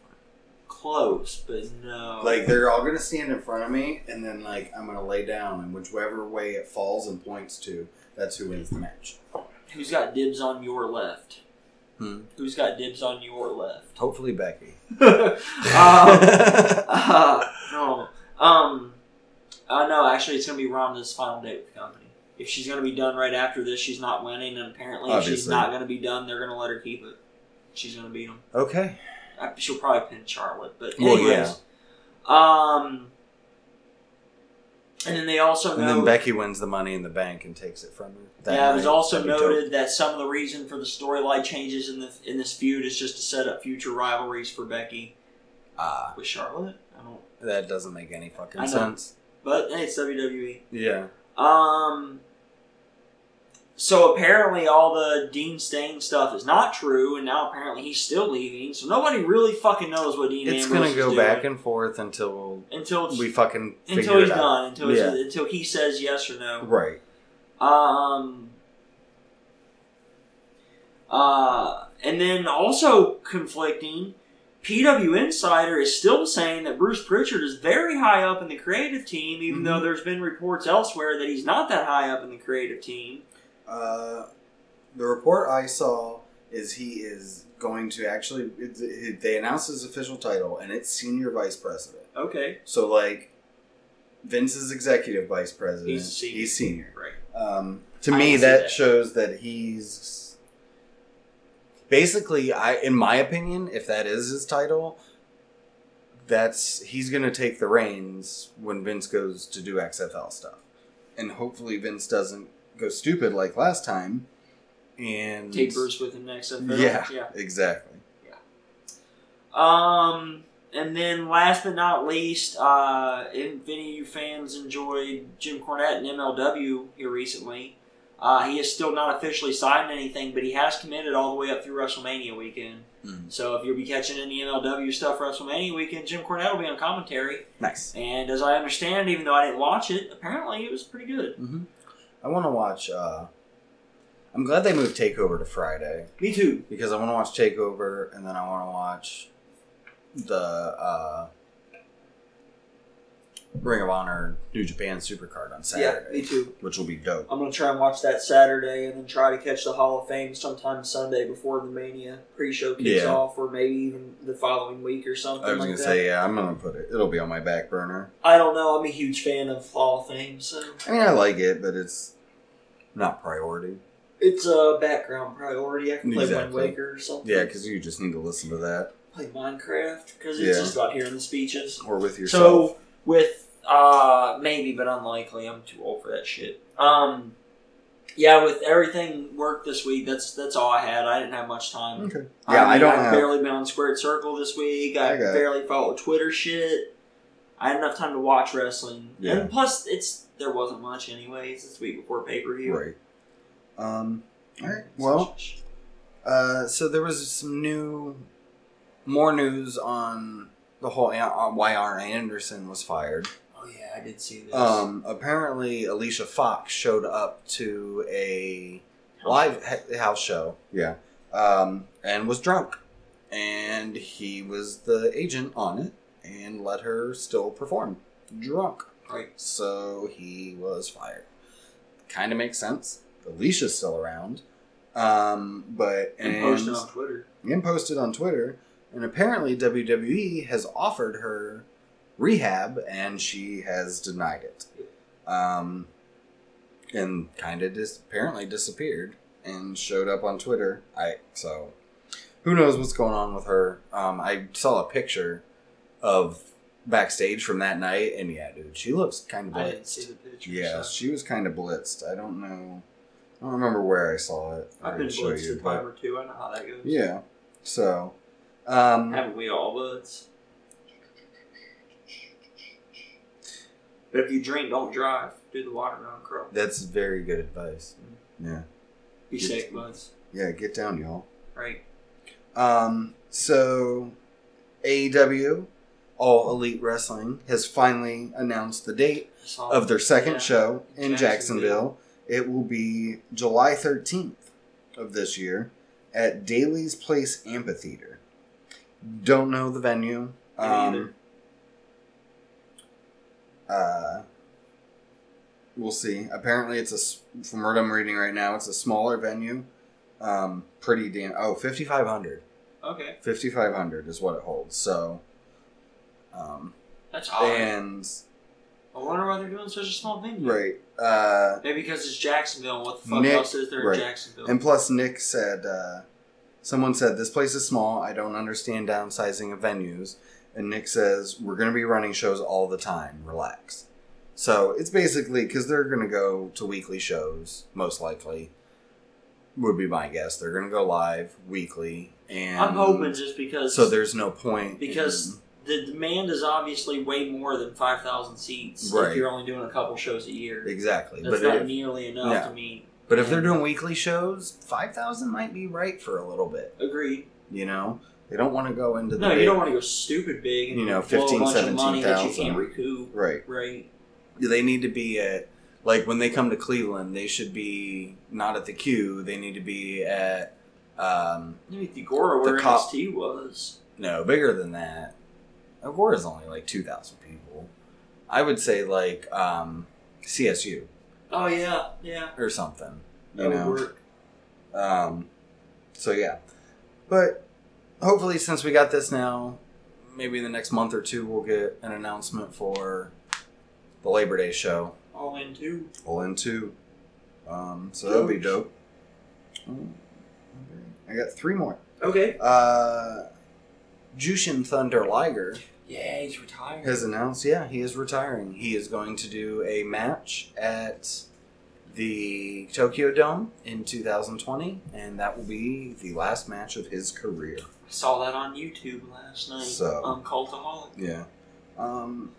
close. But no,
Like they're all gonna stand in front of me, and then like I'm gonna lay down, and whichever way it falls and points to, that's who wins the match.
who's got dibs on your left?
Hmm.
Who's got dibs on your
[laughs]
left? [laughs]
Hopefully, Becky.
um, Uh, no. Um. Uh, no, actually, it's gonna be Rhonda's final date with the company. If she's gonna be done right after this, she's not winning, and apparently, if she's
Obviously.
not gonna be done, they're gonna let her keep it. She's gonna beat them.
[laughs] okay.
Uh, She'll probably pin Charlotte, but
Well,
anyways. Um. And then they also
And
know.
then Becky wins the Money in the Bank and takes it from her. That
yeah, it was
night.
also
That'd be dope.
noted that some of the reason for the storyline changes in the in this feud is just to set up future rivalries for Becky
Ah,
with Charlotte. I don't,
that doesn't make any fucking
I know.
sense.
E. but hey, it's WWE.
Yeah.
Um, So apparently, all the Dean Stain stuff is not true, and now apparently he's still leaving. So nobody really fucking knows what Dean.
It's
Ambrose
gonna
is
go
doing
back and forth until
until
we fucking
until
figure
he's
it out.
done until he's, until he says yes or no.
Right.
Um. Uh, and then also conflicting, PW Insider is still saying that Bruce Pritchard is very high up in the creative team, even
Mhm.
Mm-hmm.
though there's been reports elsewhere that he's not that high up in the creative team.
Uh, the report I saw is he is going to actually. it's- it- They announced his official title, and it's senior vice president.
Okay,
So like, Vince is executive vice president.
He's senior.
He's senior.
right.
Um, to
I
me,
can see
that,
that.
shows that he's basically, I, in my opinion, if that is his title, that's he's going to take the reins when Vince goes to do XFL stuff, and hopefully Vince doesn't go stupid like last time. And
Take Bruce with him next. episode.
yeah,
yeah.
exactly.
Um, and then last but not least, uh, if any of you fans enjoyed Jim Cornette and MLW here recently, uh, he is still not officially signed anything, but he has committed all the way up through WrestleMania weekend.
Mhm.
So if you'll be catching any MLW stuff WrestleMania weekend, Jim Cornette will be on commentary.
Nice.
And as I understand, even though I didn't watch it, apparently it was pretty good.
hmm I want to watch. Uh, I'm glad they moved Takeover to Friday.
Me too.
because I want to watch Takeover, and then I want to watch the uh, Ring of Honor New Japan Supercard on Saturday,
too.
which will be dope.
I'm gonna try and watch that Saturday, and then try to catch the Hall of Fame sometime Sunday before the Mania pre-show kicks
Yeah.
off, or maybe even the following week or something
I was
like
gonna
that.
say, yeah, I'm gonna put it. It'll be on my back burner.
I don't know. I'm a huge fan of Hall of Fame, so
I mean, I like it, but it's not priority.
it's a background priority. I can play
Exactly.
Wind Waker or something.
Yeah, because you just need to listen to that
play Minecraft because it's
Yeah.
just about hearing the speeches.
or with yourself.
So with uh maybe but unlikely, I'm too old for that shit. Um yeah, with everything work this week, that's that's all I had. I didn't have much time.
okay. Yeah, I,
mean,
don't
I've
have.
barely been on Squared Circle this week. I,
I got it.
barely follow Twitter shit. I had enough time to watch wrestling,
Yeah.
and plus, it's there wasn't much anyways. It's the week before pay per view.
Right. Um. All right. Well, Uh, so there was some new, more news on the whole an- on why Arn Anderson was fired.
oh yeah, I did see this.
Um, apparently, Alicia Fox showed up to a
House
live he- house show. Yeah. Um, and was drunk, and he was the agent on it, and let her still perform drunk.
right.
So he was fired. Kind of makes sense. Alicia's still around, um, but
And, posted on Twitter.
and posted on Twitter, and apparently WWE has offered her rehab, and she has denied it, um, and kind of dis- apparently disappeared and showed up on Twitter. I so who knows what's going on with her? Um, I saw a picture of backstage from that night, and yeah, dude, she looks kind of
I didn't see
blitzed.
the picture.
Yeah,
so.
she was kind of blitzed. I don't know. I don't remember where I saw it. I
I've been
didn't show
blitzed
you,
a
but-
time or two. I know how that goes.
yeah. So, um,
Haven't we all buds? But if you drink, don't drive. Do the water round curl.
that's very good advice. Yeah.
Be
Good
safe,
team.
buds.
Yeah, get down, y'all.
Right.
Um, so AEW, All Elite Wrestling, has finally announced the date
Solid.
of their second
Yeah.
show in Jacksonville.
Jacksonville.
It will be July 13th of this year at Daly's Place Amphitheater. Don't know the venue.
Me
Um,
neither.
uh, we'll see. Apparently, it's a s- from what I'm reading right now, it's a smaller venue. Um, pretty damn. Oh, 5,500.
Okay,
5,500 is what it holds. So, um,
that's odd.
and
I wonder why they're doing such a small venue.
right. Uh,
Maybe because it's Jacksonville. and What the fuck
Nick-
else is there
right.
in Jacksonville?
And plus, Nick said, uh, someone said, this place is small. I don't understand downsizing of venues. And Nick says, we're going to be running shows all the time. Relax. So it's basically because they're going to go to weekly shows, most likely, would be my guess. They're going to go live weekly. And
I'm hoping just because
So there's no point.
Because-
in-
the demand is obviously way more than five thousand seats.
Right.
If you're only doing a couple shows a year,
exactly.
that's
but
not
if-
nearly enough
No.
to meet
But if they're doing weekly shows, five thousand might be right for a little bit.
Agreed.
You know, they don't want to go into the
No, you
big-
don't want to go stupid big and
You know,
blow a
15,
bunch of money that you
17,000.
can't recoup.
right.
Right.
They need to be at like when they come to Cleveland, they should be not at the Q. They need to be at um,
Maybe Thigora where
The cop-
NXT was.
no bigger than that. Agora's only like two thousand people. I would say like um, CSU
Oh yeah, yeah.
or something. You
That would
know.
work.
Um, so yeah, but hopefully, since we got this now, maybe in the next month or two, we'll get an announcement for the Labor Day show.
All in two.
All in two. Um, so that'll be dope. Oh, I got three more.
Okay.
Uh, Jushin Thunder Liger
Yeah, he's retired.
has announced, yeah, he is retiring. He is going to do a match at the Tokyo Dome in 2020, and that will be the last match of his career.
I saw that on YouTube last night.
So-
on Cultaholic.
Yeah. Um,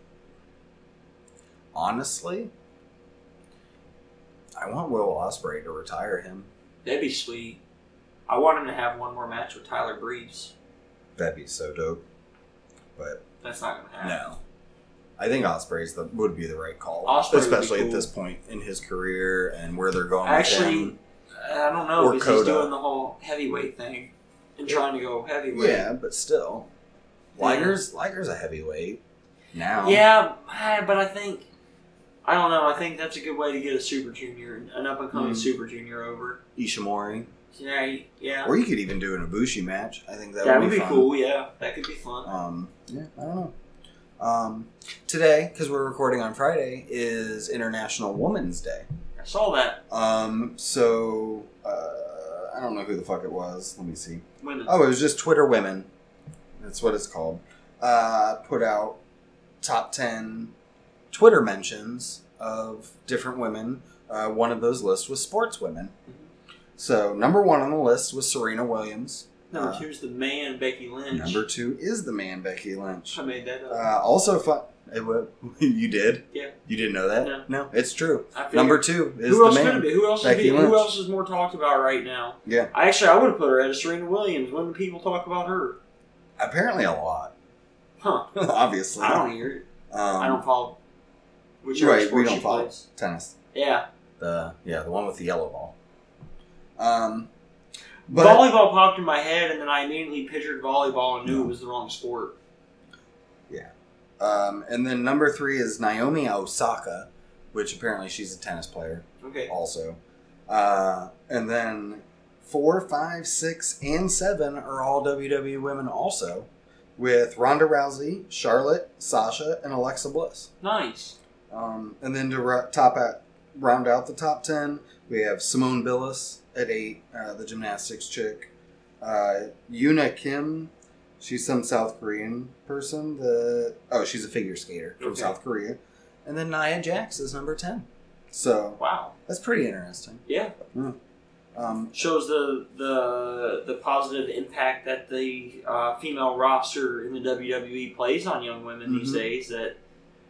honestly, I want Will Osprey to retire him.
That'd be sweet. I want him to have one more match with Tyler Breeze.
That'd be so dope. But
That's not gonna happen.
no, I think Osprey's the would be the right call,
Osprey would be
especially
cool.
at this point in his career and where they're going.
Actually,
with him.
I don't know
Or
because he's
Coda.
doing the whole heavyweight thing and trying to go heavyweight.
yeah, but still, Liger's Liger's a heavyweight now.
Yeah, I- but I think I don't know. I think that's a good way to get a super junior, an up and coming
Mm.
super junior over.
Ishimori,
Yeah, y- yeah,
or you could even do an Ibushi match. I think that,
that
would be, fun.
cool. Yeah, that could be fun.
Um, yeah, I don't know. Um, today, because we're recording on Friday, is International Women's Day.
I saw that
Um, so uh, I don't know who the fuck it was. Let me see.
when
Oh, it was just Twitter Women. That's what it's called. Uh, put out top 10 Twitter mentions of different women. Uh, one of those lists was sports women. So, number one on the list was Serena Williams.
number
uh,
two is the man Becky Lynch.
Number two is the man, Becky Lynch.
I made that up.
Uh, also, fun. [laughs] you did?
Yeah.
You didn't know that?
No.
it's true.
I figured-
Number two is
who
the
else
man.
could it be? Who else would
Becky
be?
Lynch.
Who else is more talked about right now?
Yeah.
I actually I would have put her at a Serena Williams. When do people talk about her?
Apparently, a lot. [laughs]
Huh?
Obviously.
I don't hear it.
Um,
I don't follow. Whichever
right, we
sport
don't
she
follow.
plays.
Tennis.
Yeah,
The yeah, the one with the yellow ball. Um, but
volleyball popped in my head, and then I immediately pictured volleyball and knew it was the wrong sport.
um, and then number three is Naomi Osaka, which apparently she's a tennis player
Okay,
also. Uh, and then four, five, six, and seven are all WWE women also, with Ronda Rousey, Charlotte, Sasha, and Alexa Bliss.
nice.
Um, and then to ro- top out, round out the top ten, we have Simone Billis at eight, uh, the gymnastics chick. Uh, Yuna Kim, she's some South Korean person. The oh, she's a figure skater from
Okay.
South Korea. And then Nia Jax is number ten. So
Wow.
that's pretty interesting.
Yeah,
Um,
shows the the the positive impact that the uh, female roster in the WWE plays on young women these
Mhm.
days. That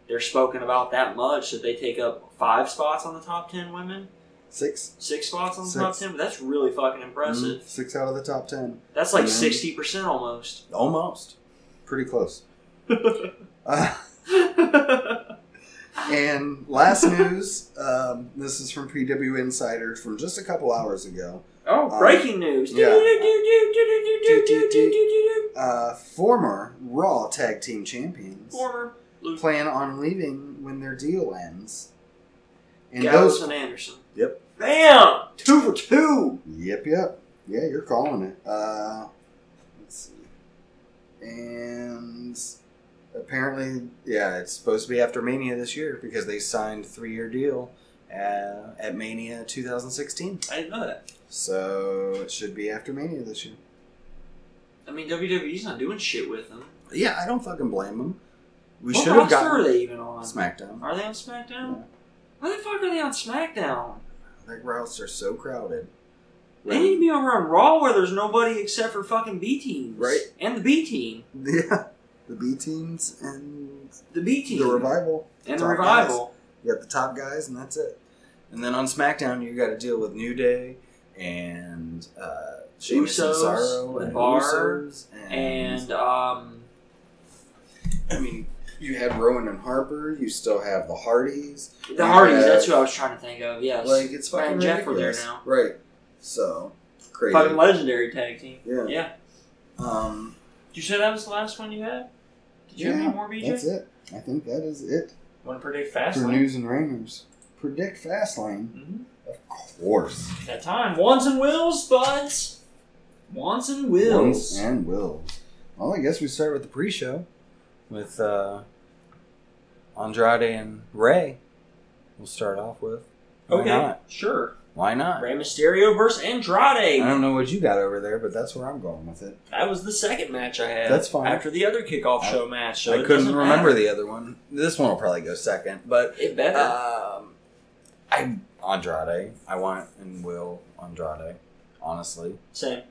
they're spoken about that much that they take up five spots on the top ten women,
six,
six spots on the
Six.
top ten. But that's really fucking impressive.
Mhm, six out of the top ten,
That's like
Mhm.
sixty percent almost.
almost, pretty
[laughs]
close. Uh, And last news, um, this is from PW Insider from just a couple hours ago.
oh,
Um,
breaking news!
yeah.
Do-do-do-do-do-do-do-do-do-do-do-do.
Uh, former Raw Tag Team Champions
Former Luke
plan on leaving when their deal ends. And
Gallows
those,
and Anderson.
Yep.
Bam! Two for two.
yep, yep, yeah, you're calling it. Uh, let's see, and apparently, yeah, it's supposed to be after Mania this year because they signed three year deal uh, at Mania 2016.
I didn't know that.
So it should be after Mania this year.
I mean, WWE's not doing shit with them.
Yeah, I don't fucking blame them. We
what
should have
roster are
gotten
they even on?
SmackDown.
Are they on SmackDown? Why the fuck are they on SmackDown?
Like routes are so crowded.
They need to be over on Raw where there's nobody except for fucking B teams.
Right.
And the B team.
[laughs] yeah, the B teams and
The B team.
the revival.
And the
Top
revival.
You got the top guys, and that's it. And then on SmackDown, you got to deal with New Day and uh, Sheamus and
Usos,
Cesaro and
Bar,
Usos
And um,
I mean, you had Rowan and Harper. You still have the Hardys.
the Hardys. That's who I was trying to think of. Yes,
Like it's fucking
and Jeff were there
ridiculous.
now.
right? So crazy.
fucking legendary tag team.
yeah.
Yeah.
Um,
Did you say that was the last one you had? Did you have
Yeah,
any more, BJ?
that's it. I think that is it
Want to predict fast?
for news and rumors. Predict Fastlane,
Mm-hmm.
of course.
That time, Wands and Wills, buds. Wands and
Wills
Wills.
and wills.
Well, I guess we start with the pre-show with uh, Andrade and Ray. We'll start off with. Why
okay,
not?
sure.
Why not?
Rey Mysterio versus Andrade.
I don't know what you got over there, but that's where I'm going with it.
That was the second match I had.
That's fine.
After the other kickoff
I-
show match, so
I
it
couldn't
doesn't
remember
matter.
the other one. This one will probably go second, but
It better.
Uh,
um, I Andrade. I want and will Andrade. Honestly,
Same.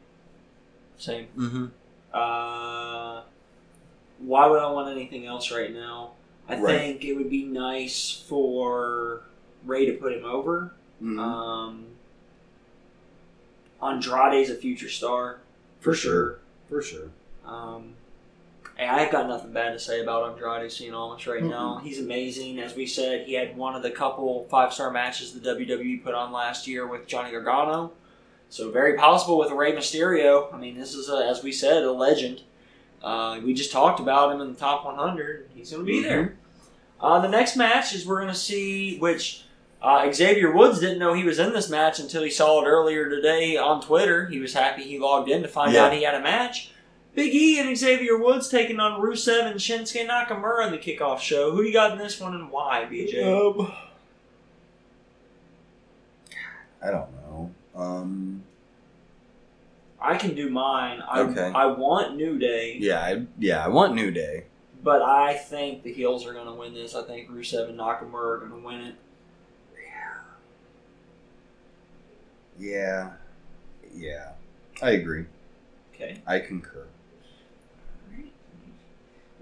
Same.
mm-hmm.
Uh, why would I want anything else right now? I
Right.
think it would be nice for Ray to put him over.
Mm-hmm.
Mhm.
Um, Andrade's a future star
For sure. for sure.
sure. Um, and I've got nothing bad to say about Andrade seeing almost right now. He's amazing. As we said, he had one of the couple five star matches the WWE put on last year with Johnny Gargano. So very possible with Rey Mysterio. I mean, this is a, as we said, a legend. Uh, we just talked about him in the top 100. He's going to
Mm-hmm.
be there. Uh, the next match is we're going to see which uh, Xavier Woods didn't know he was in this match until he saw it earlier today on Twitter. He was happy he logged in to find
Yeah.
out he had a match. Big E and Xavier Woods taking on Rusev and Shinsuke Nakamura in the kickoff show. Who you got in this one and why, BJ?
Um, I don't know. Um,
I can do mine. I,
Okay.
I want New Day.
yeah, I, yeah. I want New Day.
But I think the heels are going to win this. I think Rusev and Nakamura are going to win it.
Yeah, yeah. I agree.
Okay.
I concur.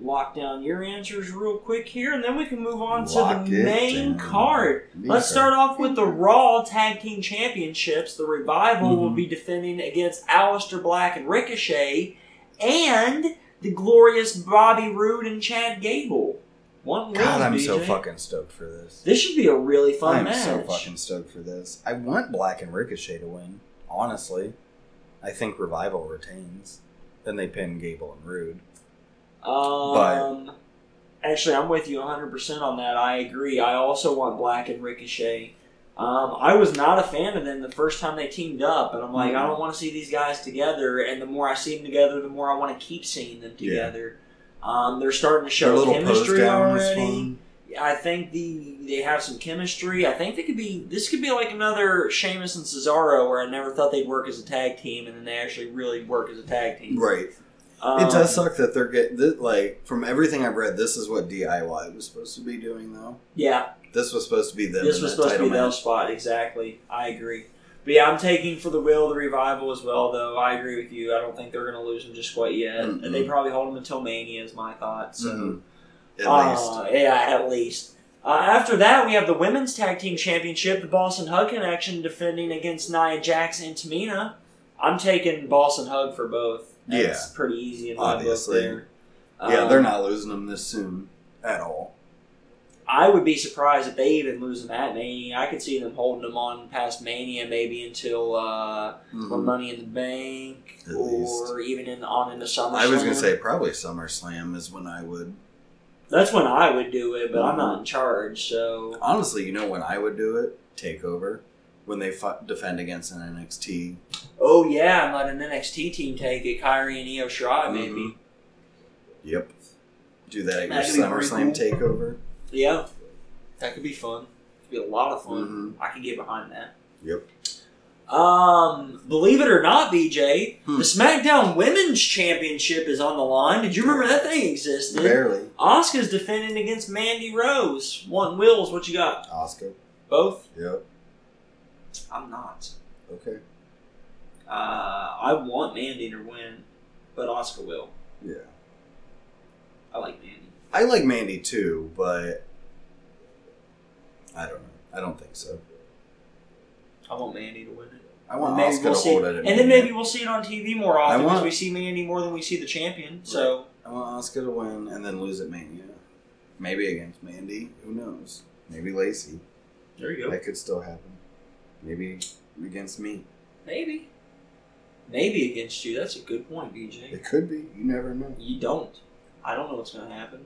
Lock down your answers real quick here, and then we can move on
Lock
to
it
the main
down.
card. Let's start off with the Raw Tag Team Championships. The Revival will
Mm-hmm.
be defending against Aleister Black and Ricochet, and the glorious Bobby Roode and Chad Gable. One
God,
win,
I'm so
BJ.
fucking stoked for this.
This should be a really fun
I'm
match.
so fucking stoked for this. I want Black and Ricochet to win. Honestly, I think Revival retains. Then they pin Gable and Rude.
Um, actually, I'm with you 100% on that. I agree. I also want Black and Ricochet. Um, I was not a fan of them the first time they teamed up, and I'm like,
Mm-hmm.
I don't want to see these guys together. And the more I see them together, the more I want to keep seeing them
Yeah.
together. Um, they're starting to
Their
show chemistry
was
already.
fun.
I think the they have some chemistry. I think they could be this could be like another Sheamus and Cesaro, where I never thought they'd work as a tag team, and then they actually really work as a tag team.
Right.
Um,
It does suck that they're getting this, like from everything I've read. This is what DIY was supposed to be doing, though.
Yeah,
This was supposed to be them.
This
in
was
that
supposed to
title
be the
match.
spot, exactly. I agree. But yeah, I'm taking for the will the revival as well, though. I agree with you. I don't think they're going to lose them just quite yet.
Mm-mm.
They probably hold them until Mania, is my thought. So,
Mhm. At least,
Uh, yeah, at least. Uh, after that, we have the women's tag team championship, the Boston Hug Connection defending against Nia Jax and Tamina. I'm taking Boston Hug for both. That's pretty easy in my
Obviously.
book there.
yeah,
Um,
they're not losing them this soon at all.
I would be surprised if they even lose them at Mania. I could see them holding them on past Mania, maybe until uh,
Mhm.
Money in the Bank,
At
or even in, on into SummerSlam.
I was gonna say probably SummerSlam is when I would.
that's when I would do it, but I'm not
Mm-hmm.
in charge, so
Honestly, you know when I would do it. Takeover when they fought, defend against an NXT.
oh yeah, I'm letting NXT team take it. Kyrie and Io Shirai,
Mhm.
maybe.
Yep. Do that at your
That could be pretty
SummerSlam takeover.
Yeah, that could be fun. Could be a lot of fun.
Mhm.
I could get behind that.
Yep.
Um, believe it or not, BJ,
Hmm.
the SmackDown Women's Championship is on the line. Did you remember that thing existed?
Barely.
Oscar's defending against Mandy Rose. One Wills, what you got?
Oscar.
Both?
Yep.
I'm not.
Okay.
Uh, I want Mandy to win, but Oscar will.
Yeah.
I like Mandy.
I like Mandy too, but I don't know. I don't think so.
I want Mandy to win it.
I want
Maybe
Oscar
we'll
to
see.
hold it.
And then maybe we'll see it on TV more often because
want-
we see Mandy more than we see the champion. So
I want Oscar to win and then lose at Mania. Maybe against Mandy. Who knows? Maybe Lacey.
there you
That could still happen. Maybe against me.
Maybe. Maybe against you. That's a good point, BJ.
It could be. You never know.
You don't. I don't know what's going to happen.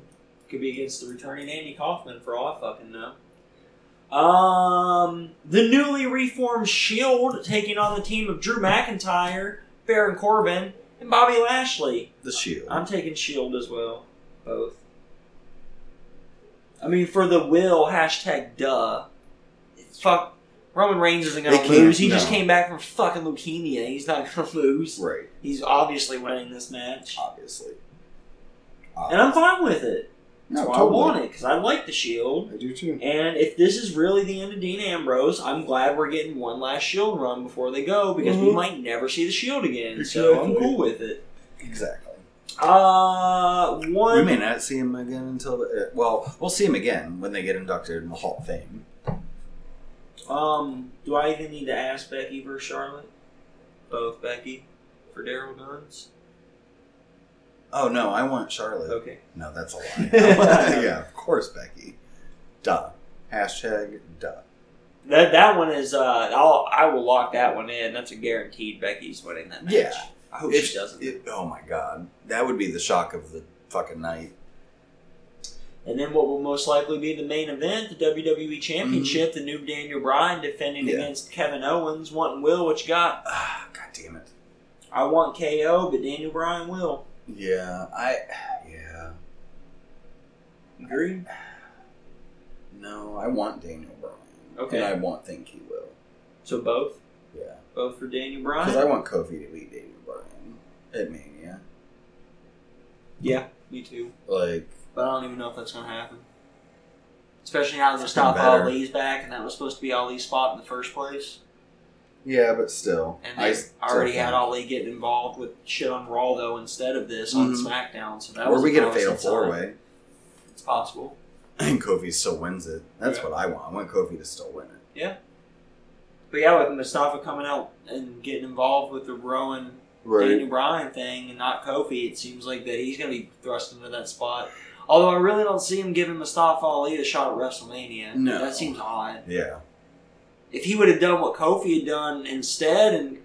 Could be against the returning Andy Kaufman for all I fucking know. Um, the newly reformed Shield taking on the team of Drew McIntyre, Baron Corbin, and Bobby Lashley.
The Shield.
I'm taking Shield E as well. Both. I mean, for the will hashtag duh. Fuck. Roman Reigns isn't
They
going to
can't-
lose. He just
no.
came back from fucking leukemia. He's not going to [laughs] lose.
right.
He's obviously winning this match,
Obviously. Uh,
and I'm fine with it. That's
No,
why
totally.
I want it because I like the Shield.
I do too.
And if this is really the end of Dean Ambrose, I'm glad we're getting one last Shield E run before they go because we
Mhm.
might never see the Shield E again. So I'm
Exactly.
cool with it.
Exactly.
Uh, one.
We may not see him again until the, uh, well, we'll see him again when they get inducted in the Hall of Fame.
Um, do I even need to ask Becky versus Charlotte? Both Becky for Daryl Guns.
Oh no, I want Charlotte.
Okay.
No, that's a lie. [laughs] yeah, of course, Becky. Duh. Hashtag duh.
That that one is uh I'll I will lock that one in. That's a guaranteed Becky's winning that match.
Yeah.
I hope she doesn't.
it- oh my god, that would be the shock of the fucking night. [sighs]
and then what will most likely be the main event, the WWE Championship, the new Daniel Bryan defending
Mm-hmm. Yeah.
against Kevin Owens, wanting Will, what you got?
Ah, god damn it.
I want KO, but Daniel Bryan will.
Yeah, I. Yeah,
Agree?
no, I want Daniel Bryan.
Okay.
and I want think he will.
So both?
Yeah,
Both for Daniel
because
Bryan?
I want Kofi to beat Daniel Bryan at Mania.
yeah, me too.
Like,
But I don't even know if that's gonna happen. Especially now that
It's
Mustafa
better.
Ali's back, and that was supposed to be Ali's spot in the first place.
yeah, but still,
And
I
they
still
already had
think-
Ali getting involved with shit on Raw though instead of this on
Mhm.
SmackDown. So that
Or
was
we get a
promising
fatal four
sign.
way,
It's possible.
and Kofi still wins it. That's
Yeah.
what I want. I want Kofi to still win it.
But yeah, with Mustafa coming out and getting involved with the Rowan Daniel Bryan thing and not Kofi, it seems like that he's going to be thrust into that spot. Although I really don't see him giving Mustafa Ali a shot at WrestleMania.
No.
That seems odd.
Yeah.
If he would have done what Kofi had done instead, and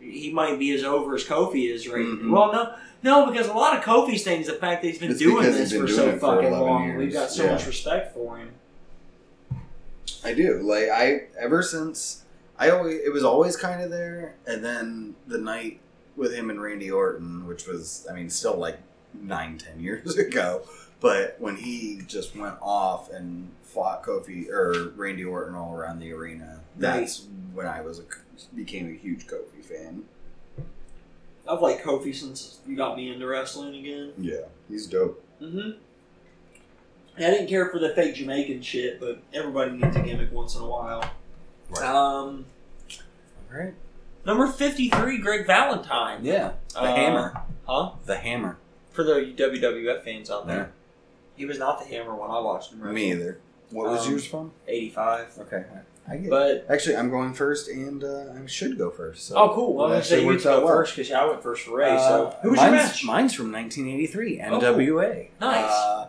he might be as over as Kofi is right
Mhm.
Well, no, no, because a lot of Kofi's things, the fact that he's been
It's
doing
because
this
he's been
for
doing
so
it for
fucking
11
long,
years.
we've got so
Yeah.
much respect for him.
I do. Like I ever since I always it was always kind of there, and then the night with him and Randy Orton, which was I mean still like nine ten years [laughs] ago, but when he just went off and fought Kofi or Randy Orton all around the arena, that's when I was a, became a huge Kofi fan.
I've liked Kofi since you got me into wrestling again.
Yeah, he's dope.
Mm-hmm. I didn't care for the fake Jamaican shit, but everybody needs a gimmick once in a while.
Right.
Um,
All right.
number fifty-three, Greg Valentine,
Yeah, the
Uh,
hammer,
huh?
the hammer.
For the WWF fans out there, he was not the Hammer when I watched him. wrestle.
Me either. What was
Um,
yours from?
eighty-five,
Okay, I get. it.
but.
Actually, I'm going first, and uh, I should go first. So.
Oh, cool. Well, I'm
That
gonna say
shit
you get
works
to go
out well.
first because I went first for Ray. so
Uh,
who was your
mine's,
match?
Mine's from 1983,
Oh.
NWA.
Nice.
Uh,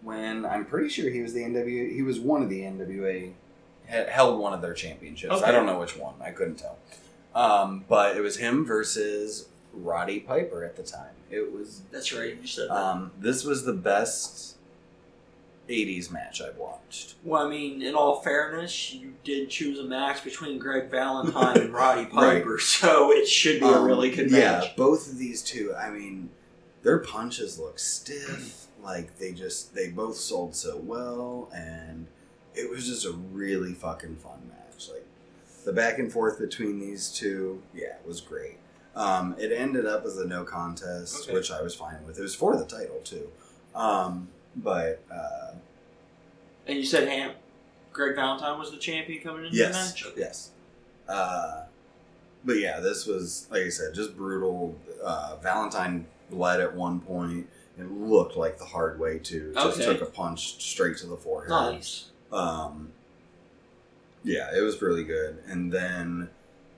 when I'm pretty sure he was the NWA, he was one of the NWA, had, held one of their championships.
Okay.
I don't know which one. I couldn't tell. Um, but it was him versus Roddy Piper at the time. It was.
That's right. You said that.
Um, this was the best '80s match I've watched.
Well, I mean, in all fairness, you did choose a match between Greg Valentine [laughs] and Roddy Piper, so it should be a
Um,
really good
yeah,
match.
both of these two. I mean, their punches look stiff. Like they just they both sold so well, and it was just a really fucking fun match. Like the back and forth between these two, yeah, it was great. Um, it ended up as a no contest,
Okay.
which I was fine with. It was for the title too, um, but uh,
And you said Ham, Greg Valentine was the champion coming into the
yes,
match.
yes. Uh, but yeah, this was like I said, just brutal. Uh, Valentine bled at one point. It looked like the hard way too. Just
Okay.
took a punch straight to the forehead.
Nice.
Um, Yeah, it was really good. And then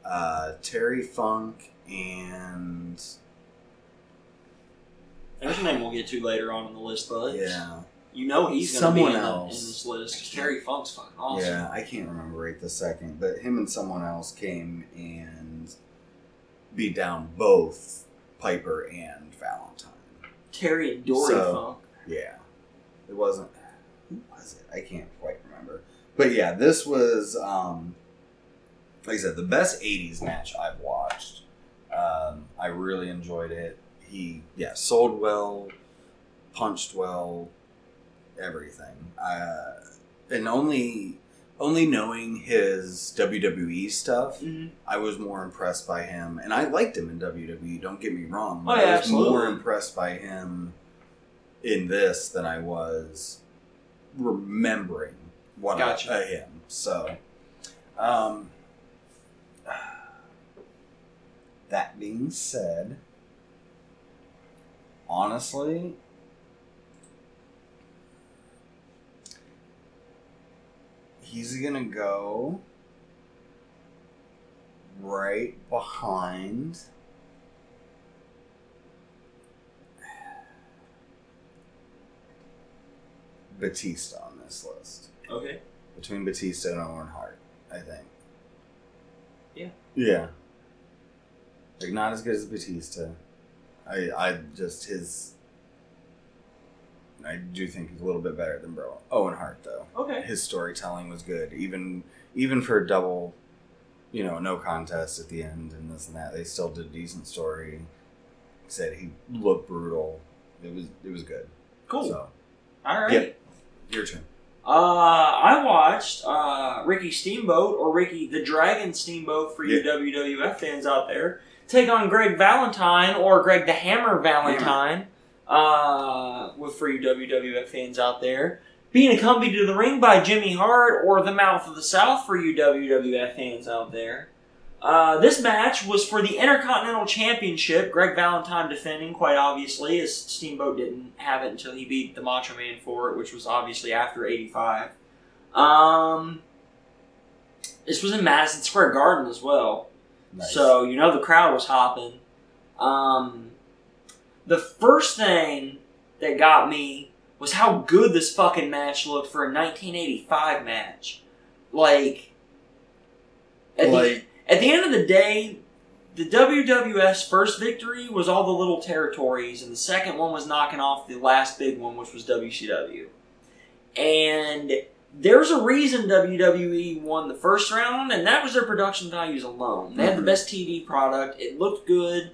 uh, Terry Funk and
There's a name we'll get to later on in the list, but
yeah,
you know he's going to be
Someone
in, the-
else.
in this list. Terry Funk's fucking awesome.
yeah. I can't remember right the second, but him and someone else came and beat down both Piper and Valentine.
Terry and Dory
So-
Funk.
Yeah, it wasn't. Who was it? I can't quite remember. But yeah, this was um, like I said, the best '80s match I've watched. Um, I really enjoyed it. He yeah sold well, punched well, everything. Uh, and only only knowing his WWE stuff,
Mhm.
I was more impressed by him, and I liked him in WWE. Don't get me wrong.
Oh,
I
yeah,
was
absolutely.
more impressed by him in this than I was remembering what
Gotcha.
I, uh, him. So, um, [sighs] that being said, honestly, he's gonna go right behind. Batista on this list.
Okay.
Between Batista and Owen Hart, I think.
Yeah.
Yeah. Like not as good as Batista. I I just his I do think he's a little bit better than Bro Owen Hart though.
Okay.
His storytelling was good. Even even for a double you know, no contest at the end and this and that, they still did decent story. Said he looked brutal. It was it was good.
Cool.
So
All right.
Yeah. your turn.
Uh, I watched uh, Ricky Steamboat or Ricky the Dragon Steamboat for you WWF fans out there take on Greg Valentine or Greg the Hammer Valentine uh, with for you WWF fans out there. Being accompanied to the ring by Jimmy Hart or the Mouth of the South for you WWF fans out there. Uh, this match was for the Intercontinental Championship. Greg Valentine defending, quite obviously, as Steamboat didn't have it until he beat the Macho Man for it, which was obviously after 85. Um, this was in Madison Square Garden as well. So, you know, the crowd was hopping. Um, the first thing that got me was how good this fucking match looked for a 1985 match. Like, at the-
like
at the end of the day, the WWF's first victory was all the little territories, and the second one was knocking off the last big one, which was WCW. And there's a reason WWE won the first round, and that was their production values alone. They had the
Mm-hmm.
best TV product, it looked good.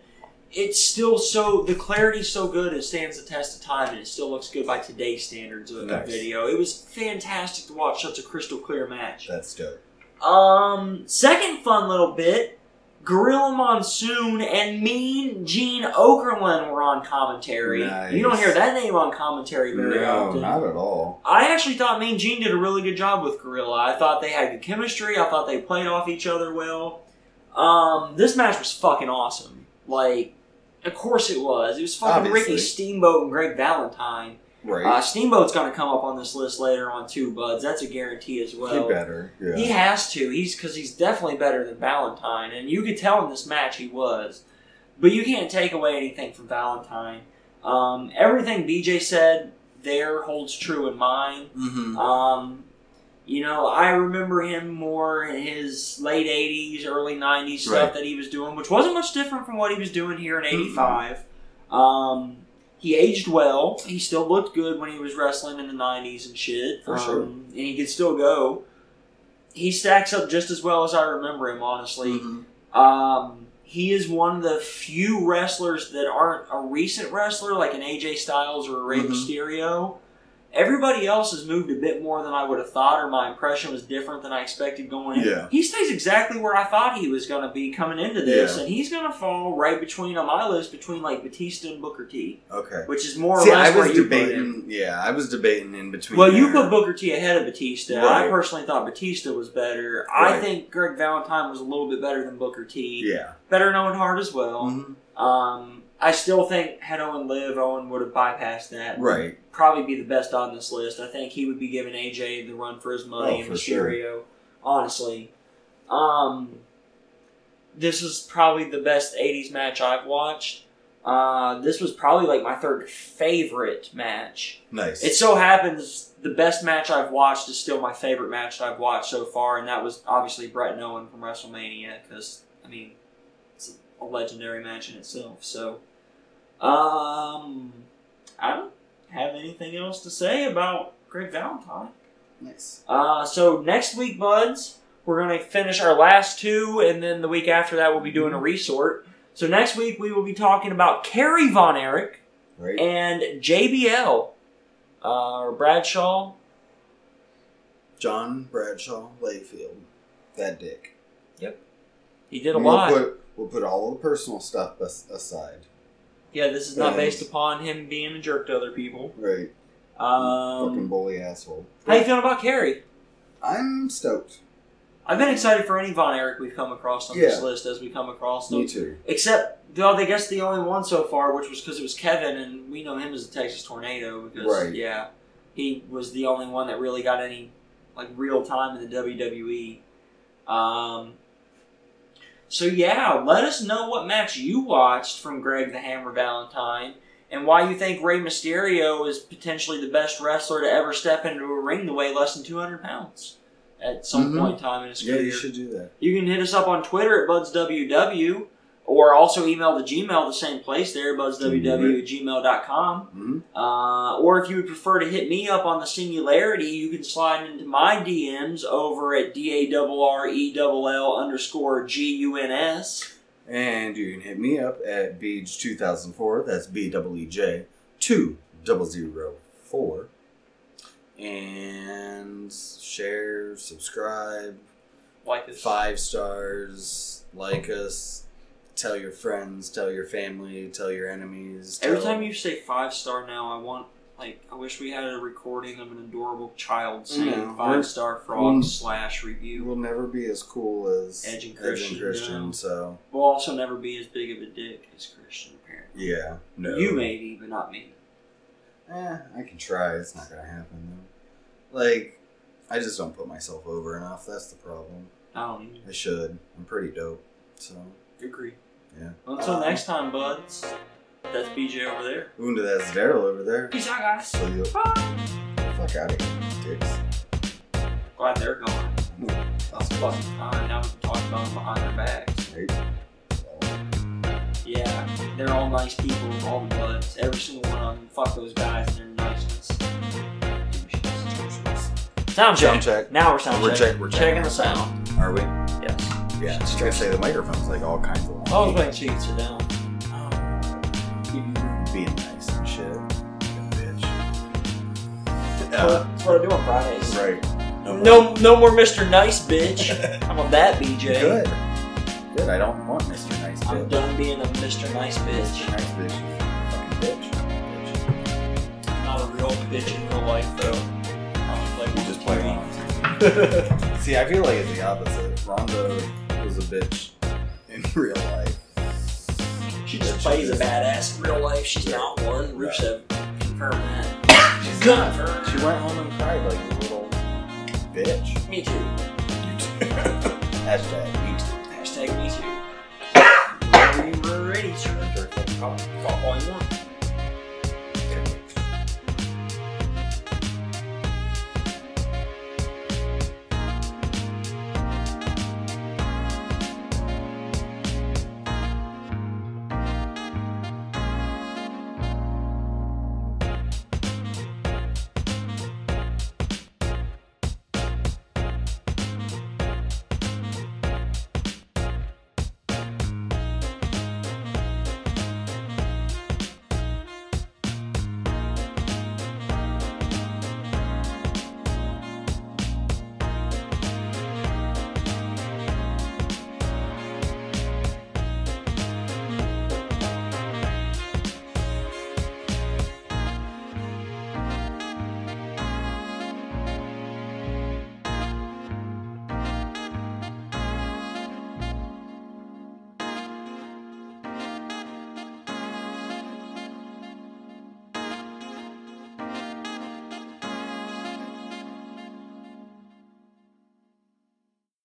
It's still so the clarity's so good it stands the test of time and it still looks good by today's standards of
Nice.
video. It was fantastic to watch such a crystal clear match.
that's dope.
Um, second fun little bit. Gorilla Monsoon and Mean Gene Okerlund were on commentary.
Nice.
You don't hear that name on commentary very
No,
often.
not at all.
I actually thought Mean Gene did a really good job with Gorilla. I thought they had good chemistry. I thought they played off each other well. Um, this match was fucking awesome. Like, of course it was. It was fucking
Obviously.
Ricky Steamboat and Greg Valentine.
Right.
Uh, Steamboat's going to come up on this list later on too, buds. That's a guarantee as well.
he better. Yeah.
He has to. He's because he's definitely better than Valentine, and you could tell in this match he was. But you can't take away anything from Valentine. Um, everything BJ said there holds true in mine.
Mm-hmm.
Um, you know, I remember him more in his late 80s, early 90s stuff
Right.
that he was doing, which wasn't much different from what he was doing here in 85. Um, he aged well. He still looked good when he was wrestling in the 90s and shit.
For
um,
sure.
And he could still go. He stacks up just as well as I remember him, honestly. Um, he is one of the few wrestlers that aren't a recent wrestler, like an AJ Styles or a Rey
Mhm.
Mysterio. Everybody else has moved a bit more than I would have thought, or my impression was different than I expected going in.
Yeah.
He stays exactly where I thought he was going to be coming into this,
Yeah.
and he's going to fall right between on my list between like Batista and Booker T,
Okay.
which is more or
See, I
less where
was
you put him.
debating. Yeah, I was debating in between.
Well, you
there.
put Booker T ahead of Batista. I
Right.
personally thought Batista was better. I
Right.
think Greg Valentine was a little bit better than Booker T
Yeah.
better than Owen Hart as well.
Mhm.
Um, I still think had Owen lived, Owen would have bypassed that.
Right.
Probably be the best on this list. I think he would be giving AJ the run for his money
Oh,
and
for sure.
Mysterio. honestly. Um, this was probably the best 80s match I've watched. Uh, this was probably like my third favorite match.
Nice.
It so happens the best match I've watched is still my favorite match that I've watched so far, and that was obviously Brett and Owen from WrestleMania because I mean it's a legendary match in itself. So, um, I don't have anything else to say about Greg Valentine.
nice.
Uh, so next week, buds, we're gonna finish our last two, and then the week after that, we'll be doing a resort. So next week we will be talking about Kerry Von Erich
Right.
and JBL, uh, or Bradshaw.
John Bradshaw Layfield. That dick.
He did a
And we'll
lot.
Put, we'll put all of the personal stuff as, aside.
yeah, this is not based
Thanks.
upon him being a jerk to other people.
Right. Fucking
Um,
bully asshole.
how you feeling about Kerry?
I'm stoked.
I've been excited for any Von Erich we've come across on this
Yeah.
list as we come across them.
Me too.
Except, well, I guess the only one so far, which was because it was Kevin, and we know him as the Texas Tornado because,
Right.
yeah, he was the only one that really got any like real time in the WWE. Um, so yeah, let us know what match you watched from Greg the Hammer Valentine, and why you think Rey Mysterio is potentially the best wrestler to ever step into a ring to weigh less than two hundred pounds at some
Mhm.
point in time in his
Yeah,
career.
you should do that.
You can hit us up on Twitter at BudsWW or also email the Gmail, the same place there, BudsWW at gmail.com.
hmm
Uh, or if you would prefer to hit me up on the singularity, you can slide into my DMs over at D-A-R-R-E-L-L E underscore G-U-N-S.
And you can hit me up at Beej2004. That's B double E J two double zero four. And share, subscribe,
Like this.
five stars, like us, tell your friends, tell your family, tell your enemies.
Every
tell-
time you say five star now, I want, like, I wish we had a recording of an adorable child saying
No, we're-
five star frog
we'll-
slash
you
review.
will never be as cool as
Edge and Christian,
Christian,
no.
So
We'll also never be as big of a dick as Christian, apparently.
yeah, no,
You maybe, but not me.
Eh, I can try. It's not gonna happen. Though. Like, I just don't put myself over enough. That's the problem.
I don't even
I should. I'm pretty dope. So
agree.
yeah.
Until next time, buds. That's BJ over there.
Oonda, that's Daryl over there.
Peace out, guys.
So you
Bye.
fuck out of here, dicks.
Glad they're gone.
That's
Fucking fine. Now we can talk about them behind their backs. Yeah, they're all nice people, all the buds. Every single one of them. Fuck those guys and their niceness. Sound
Sound
check.
check.
Now we're sound
We're
check.
check- we're checking.
the sound.
Are we?
Yes.
Yeah. I was gonna say the microphone's like all kinds of.
I was waiting till you sit down. Um,
being nice and shit. Bitch.
That's what I do on Fridays.
right.
No, no more Mr. Nice
[laughs]
Bitch. How about that, BJ?
Good. Good. I don't want Mr. Nice
I'm
Bitch.
done being a Mr. Nice
Mr.
Bitch.
Nice Bitch. you Fucking bitch.
I'm not a real bitch in real life, though. I'm like,
You just
[laughs]
play along. See, I feel like it's the opposite. Rhonda was a bitch in [laughs] real life.
She just plays a badass in real life. She's not one. Rusev confirmed that.
[laughs] She's
Confirmed.
She went home and cried like a little bitch.
Me too.
[laughs] Hashtag me too. [laughs]
Hashtag me too. Whenever you were ready, sir. Call, call all you want.